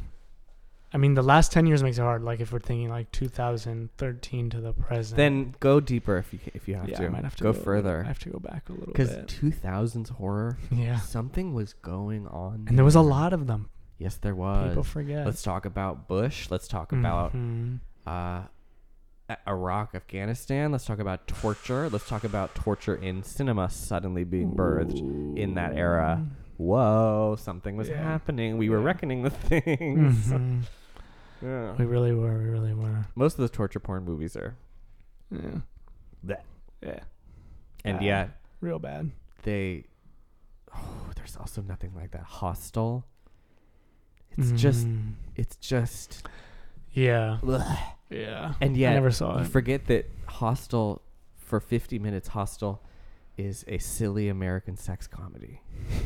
S2: I mean, the last ten years makes it hard. Like if we're thinking like 2013 to the present,
S3: Then go deeper if you ca- if you have
S2: yeah,
S3: to.
S2: I might have to
S3: go,
S2: I
S3: further
S2: have to go back a little
S3: because
S2: bit.
S3: 2000s horror.
S2: Yeah,
S3: Something was going on.
S2: and there was a lot of them.
S3: Yes, there
S2: People
S3: was.
S2: forget.
S3: Let's talk about Bush. Let's talk about
S2: Mhm.
S3: uh, A- Iraq, Afghanistan. Let's talk about torture. Let's talk about torture in cinema suddenly being birthed in that era. Whoa, something was
S2: Yeah.
S3: happening. We were
S2: Yeah.
S3: reckoning with things.
S2: Mhm.
S3: Yeah.
S2: We really were. We really were.
S3: Most of those torture porn movies are,
S2: Yeah.
S3: Blech.
S2: Yeah.
S3: and
S2: Ah.
S3: yet
S2: Real bad.
S3: they. Oh, there's also nothing like that. Hostile. It's just,
S2: Mm.
S3: it's just,
S2: Yeah.
S3: blech.
S2: Yeah.
S3: and yet
S2: I never saw
S3: you
S2: it.
S3: forget that Hostel, for 50 minutes, Hostel is a silly American sex comedy,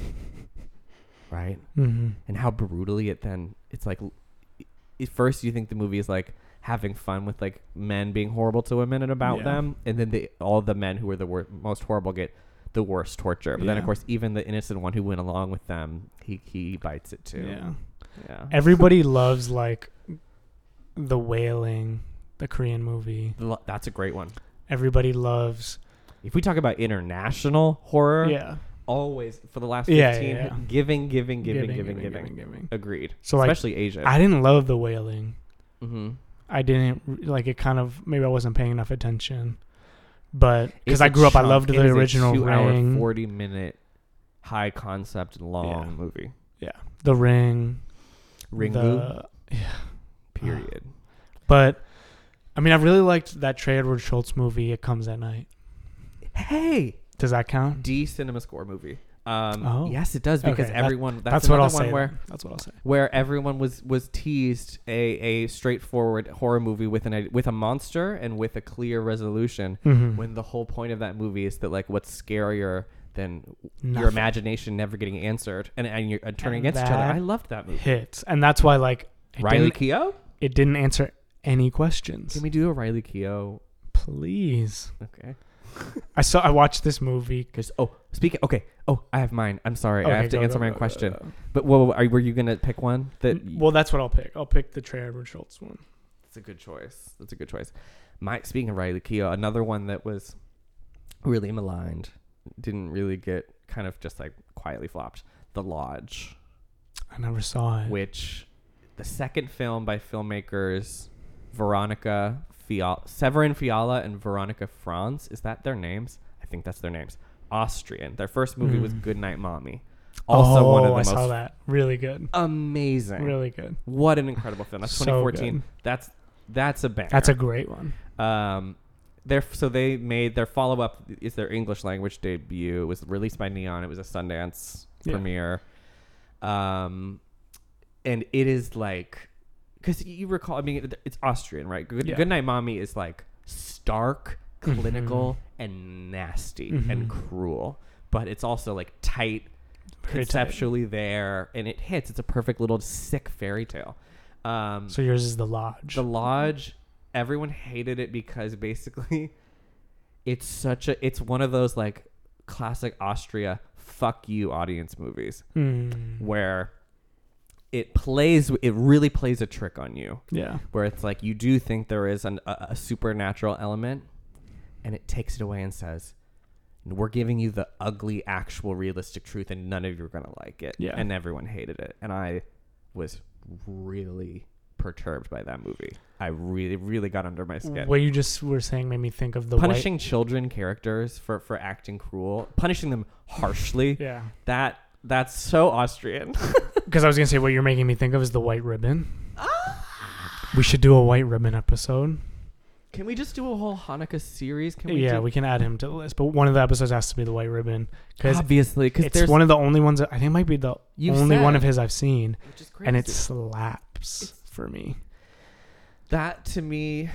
S3: right?
S2: hmm
S3: and how brutally it then it's like l- i- at first you think the movie is like having fun with like men being horrible to women and about
S2: Yeah.
S3: them and then they all the men who were the wor- most horrible get the worst torture but then of
S2: Yeah.
S3: course even the innocent one who went along with them he he bites it too
S2: Yeah.
S3: yeah
S2: Everybody loves like the wailing, the Korean movie.
S3: The lo- that's a great one
S2: Everybody loves.
S3: if we talk about international horror
S2: Yeah.
S3: always for the last 15
S2: Yeah, yeah, yeah.
S3: Giving, giving giving giving giving agreed
S2: So like,
S3: especially asia
S2: I didn't love the wailing.
S3: mm-hmm.
S2: I didn't r- like it. Kind of maybe I wasn't paying enough attention, but because
S3: It's
S2: I
S3: a
S2: grew up, I
S3: chunk.
S2: loved
S3: It
S2: the
S3: is a
S2: original
S3: two-hour,
S2: Ring,
S3: forty-minute, high concept, long movie.
S2: the Ring,
S3: Ringu.
S2: the-
S3: period.
S2: but I mean, I really liked that Trey Edward Schultz movie. It comes at night.
S3: Hey,
S2: Does that count?
S3: D cinema score movie. Um,
S2: Oh.
S3: Yes, it does because
S2: Okay, that-
S3: everyone.
S2: That's,
S3: that's
S2: what I'll
S3: another one
S2: say.
S3: Where
S2: then. That's what I'll say.
S3: where everyone was was teased a, a straightforward horror movie with an with a monster and with a clear resolution.
S2: Mhm.
S3: When the whole point of that movie is that like what's scarier than your
S2: Nothing.
S3: imagination never getting answered and and you're and turning
S2: And
S3: against each other.
S2: that
S3: I loved that movie.
S2: Hits, and that's why like it
S3: Riley
S2: didn't,
S3: Keough.
S2: it didn't answer any questions.
S3: Can we do a Riley Keough?
S2: Please.
S3: Okay.
S2: I saw. I watched this movie.
S3: Because oh, speaking. Okay. Oh, I have mine. I'm sorry. I
S2: Okay,
S3: have to
S2: go,
S3: answer
S2: go,
S3: my
S2: go,
S3: own
S2: go,
S3: question.
S2: go. Mm,
S3: But whoa, whoa, are, were you gonna pick one that?
S2: Well, that's what I'll pick. I'll pick the Trey Edward Schultz one.
S3: that's a good choice. That's a good choice. My speaking of Riley Keough, another one that was really maligned, didn't really get kind of just like quietly flopped. The Lodge,
S2: I never saw it.
S3: which the second film by filmmakers Veronica Fiala, Severin Fiala and Veronica Franz. Is that their names? I think that's their names. Austrian. Their first movie was
S2: Mm.
S3: Goodnight Mommy. Also one
S2: Oh,
S3: of the
S2: I
S3: most
S2: saw that. Really good.
S3: amazing.
S2: Really good.
S3: What an incredible film. That's
S2: So
S3: 2014.
S2: good.
S3: That's that's a banger.
S2: That's a great one.
S3: um their so they made their follow-up is their English language debut. It was released by Neon. It was a Sundance
S2: Yeah.
S3: premiere. Um and it is like cuz you recall I mean it- it's Austrian, right? Good
S2: Yeah. Mm-hmm.
S3: Goodnight Mommy is like stark, clinical and nasty
S2: Mhm.
S3: and cruel, but it's also like tight
S2: Very tight.
S3: conceptually there and it hits it's a perfect little sick fairy tale um
S2: So yours is the Lodge.
S3: the lodge everyone hated it because basically it's such a it's one of those like classic austria fuck you audience movies
S2: Mm,
S3: where it plays it really plays a trick on you
S2: yeah.
S3: where it's like you do think there is an, a, a supernatural element and it takes it away and says we're giving you the ugly actual realistic truth and none of you are going to like it
S2: Yeah.
S3: and everyone hated it and i was really perturbed by that movie. I really, really got under my skin.
S2: What you just were saying made me think of the
S3: punishing children characters for for acting cruel, punishing them harshly.
S2: White, yeah,
S3: That that's so Austrian.
S2: because I was gonna say what you're making me think of is the white ribbon. we should do a white ribbon episode.
S3: Can we just do a whole Hanukkah series? Can we?
S2: yeah,
S3: do-
S2: we can add him to the list, but one of the episodes has to be the white ribbon because
S3: obviously because
S2: it's
S3: Ah, there's
S2: one of the only ones that I think might be the
S3: You've
S2: only one
S3: said.
S2: of his I've seen,
S3: which is crazy.
S2: and it slaps for me.
S3: that to me,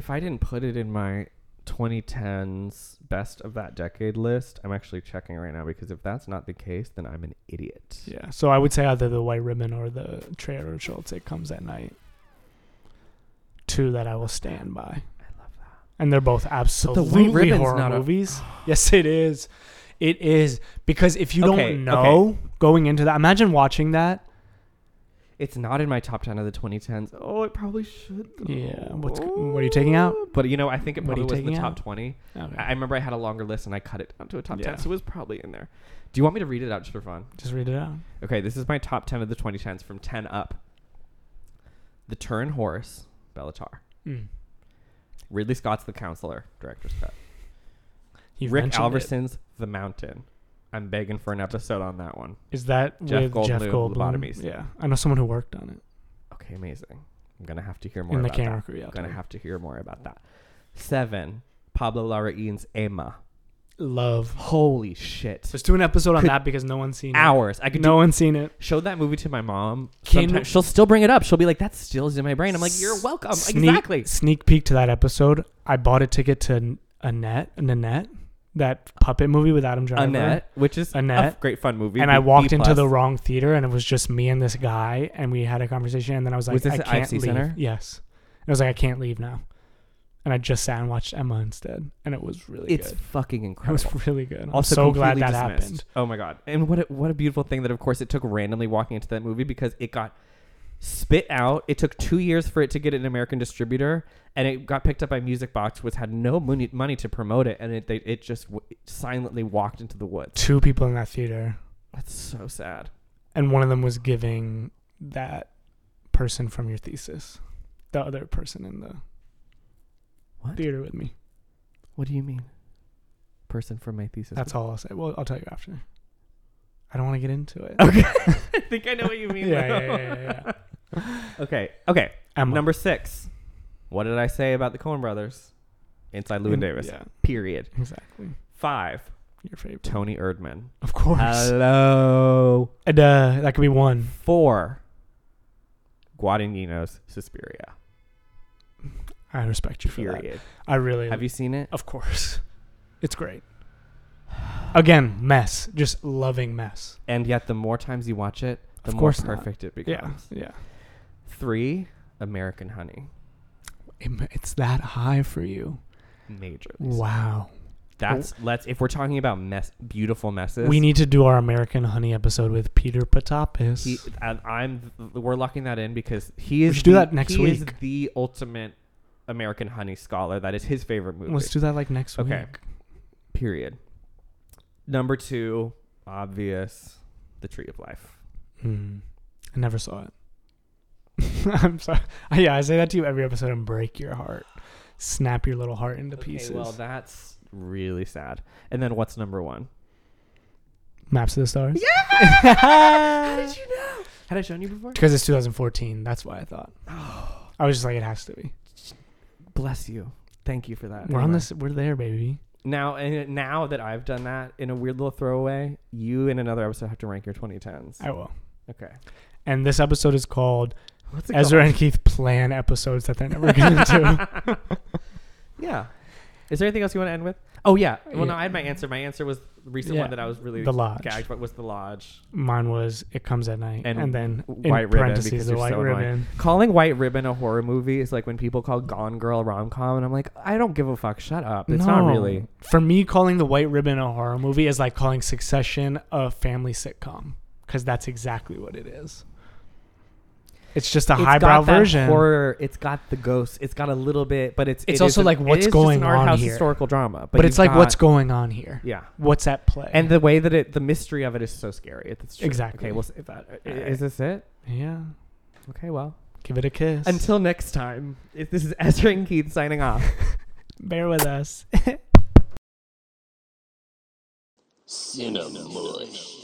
S3: if I didn't put it in my 2010s best of that decade list, I'm actually checking right now because if that's not the case, then I'm an idiot.
S2: Yeah, so I would say either the white ribbon or the Traitor Schultz. It comes at night. Two that I will stand by.
S3: I love that.
S2: and they're both absolutely
S3: Ribbon's
S2: horror
S3: not a-
S2: movies. yes, it is. It is because if you
S3: Okay,
S2: don't know going into that, imagine watching that.
S3: It's not in my top 10 of the 2010s. Oh, it probably should. Though.
S2: Yeah, what's- what are you taking out?
S3: But you know, I think it
S2: What are
S3: probably
S2: you
S3: was in the
S2: taking
S3: top
S2: out?
S3: 20.
S2: Okay.
S3: I I remember I had a longer list and I cut it down to a top
S2: Yeah.
S3: 10, so it was probably in there. Do you want me to read it out just for fun?
S2: Just read it out.
S3: Okay, this is my top 10 of the 2010s from 10 up. The Turin Horse, Bellatar.
S2: Mm.
S3: Ridley Scott's The Counselor, director's cut.
S2: You've
S3: Rick
S2: mentioned it.
S3: Alverson's The Mountain. I'm begging for an episode on that one.
S2: Is that
S3: Jeff
S2: with Jeff
S3: Goldblum,
S2: Goldblum?
S3: Lobotomies.
S2: Yeah, I know someone who worked on it
S3: Okay, amazing. I'm gonna have to hear more
S2: in the
S3: about
S2: camera
S3: that.
S2: crew. Yeah,
S3: I'm gonna have to hear more about that. Seven, Pablo Larraín's Emma.
S2: love.
S3: Holy shit!
S2: Let's do an episode on
S3: Could-
S2: that because no one's seen
S3: Hours. I
S2: it.
S3: could
S2: No
S3: do,
S2: one's seen it.
S3: show that movie to my mom.
S2: Can-
S3: Sometimes she'll still bring it up. She'll be like, "That still's in my brain." I'm like,
S2: S-
S3: "You're welcome."
S2: Sneak-
S3: Exactly.
S2: Sneak peek to that episode. I bought a ticket to Annette, Nanette, that puppet movie with Adam Driver.
S3: Annette, which is a
S2: Annette.
S3: f- great fun movie.
S2: and I
S3: B-
S2: walked
S3: B
S2: into the
S3: plus.
S2: wrong theater, and it was just me and this guy, and we had a conversation. And then I was like,
S3: Was this
S2: I
S3: at
S2: can't
S3: IFC
S2: leave.
S3: Center?
S2: Yes, and I was like, I can't leave now. And I just sat and watched Emma instead, and it was really
S3: It's
S2: good.
S3: fucking
S2: It
S3: incredible.
S2: was really good. I'm
S3: also
S2: so glad that
S3: completely dismissed.
S2: happened.
S3: Oh my god! And what a, what a beautiful thing that of course it took randomly walking into that movie because it got spit out. It took two years for it to get an American distributor, and it got picked up by Music Box, which had no money, money to promote it, and it they, it just w- silently walked into the woods.
S2: Two people in that theater,
S3: That's so sad.
S2: and one of them was giving that person from your thesis, the other person in the
S3: What?
S2: theater with me.
S3: What do you mean? Person from my thesis.
S2: That's all I'll say. Well, I'll tell you after. I don't want to get into it.
S3: Okay. I think I know what you
S2: yeah,
S3: mean.
S2: yeah,
S3: though.
S2: yeah, yeah, yeah.
S3: Okay. Okay.
S2: Emma.
S3: Number six. What did I say about the Coen Brothers? Inside Lewin Davis.
S2: Yeah,
S3: Period.
S2: exactly.
S3: Five.
S2: Your favorite.
S3: Tony Erdman.
S2: Of course.
S3: Hello.
S2: And, uh, that could be one.
S3: Four. Guadagnino's Suspiria.
S2: I respect you for that.
S3: Period.
S2: I really.
S3: Have you seen it?
S2: Of course. It's great. Again, mess. Just loving mess.
S3: And yet, the more times you watch it, the
S2: Of
S3: more
S2: course not.
S3: perfect it
S2: Yeah.
S3: becomes.
S2: Yeah.
S3: Three. American Honey.
S2: It- It's that high for you.
S3: Major.
S2: Wow.
S3: That's let's. If we're talking about mess, beautiful messes,
S2: We need to do our American Honey episode with Peter Patapis.
S3: He, and I'm. We're locking that in because he is.
S2: should do
S3: the-
S2: that next
S3: he is
S2: week.
S3: the ultimate American Honey scholar. That is his favorite movie.
S2: Let's do that like next
S3: Okay.
S2: week.
S3: Period. Number two, obvious, The Tree of Life.
S2: Hmm. I never saw it. I'm sorry. Yeah, I say that to you every episode and break your heart. Snap your little heart into pieces.
S3: well, that's really sad. And then what's number one?
S2: Maps of the Stars.
S3: Yeah. How did you know? Had I shown you before?
S2: Because it's 2014. That's why I thought. I was just like, it has to be.
S3: Bless you. Thank you for that.
S2: We're on
S3: Anyway.
S2: this. We're there, baby.
S3: now, and now that I've done that in a weird little throwaway, you in another episode have to rank your 2010s.
S2: I will.
S3: Okay.
S2: And this episode is called
S3: What's it
S2: Ezra and Keith Plan Episodes That They're Never Gonna Do.
S3: Yeah. Is there anything else you want to end with? Oh yeah. Well, no,
S2: Yeah.
S3: I had my answer. My answer was the recent
S2: Yeah.
S3: one that I was really
S2: The Lodge.
S3: gagged. What was the lodge?
S2: Mine was It Comes at Night,
S3: And
S2: and, then in
S3: White Ribbon, because
S2: parentheses the
S3: you're
S2: White
S3: so annoying.
S2: Ribbon.
S3: Calling White Ribbon a horror movie is like when people call Gone Girl rom com, and I'm like, I don't give a fuck. Shut up. It's not
S2: No.
S3: really.
S2: For me, calling the White Ribbon a horror movie is like calling Succession a family sitcom, because that's exactly what it is. It's just a
S3: It's
S2: highbrow
S3: got that
S2: version.
S3: Horror. It's got the ghosts. It's got a little bit, but it's
S2: It's
S3: it is
S2: also
S3: an-
S2: like,
S3: it
S2: what's
S3: is just
S2: going
S3: an art
S2: on
S3: house
S2: here?
S3: historical drama, but,
S2: but it's
S3: you've
S2: like, what's
S3: got-
S2: going on here?
S3: yeah.
S2: What's at play?
S3: And the way that it, the mystery of it is so scary. It's true.
S2: Exactly. Uh,
S3: Okay, we'll save that. I-
S2: All
S3: Is this it?
S2: yeah.
S3: Okay, well,
S2: Give it a kiss.
S3: Until next time, if this is Ezra and Keith signing off.
S2: bear with us.
S5: Cinemush.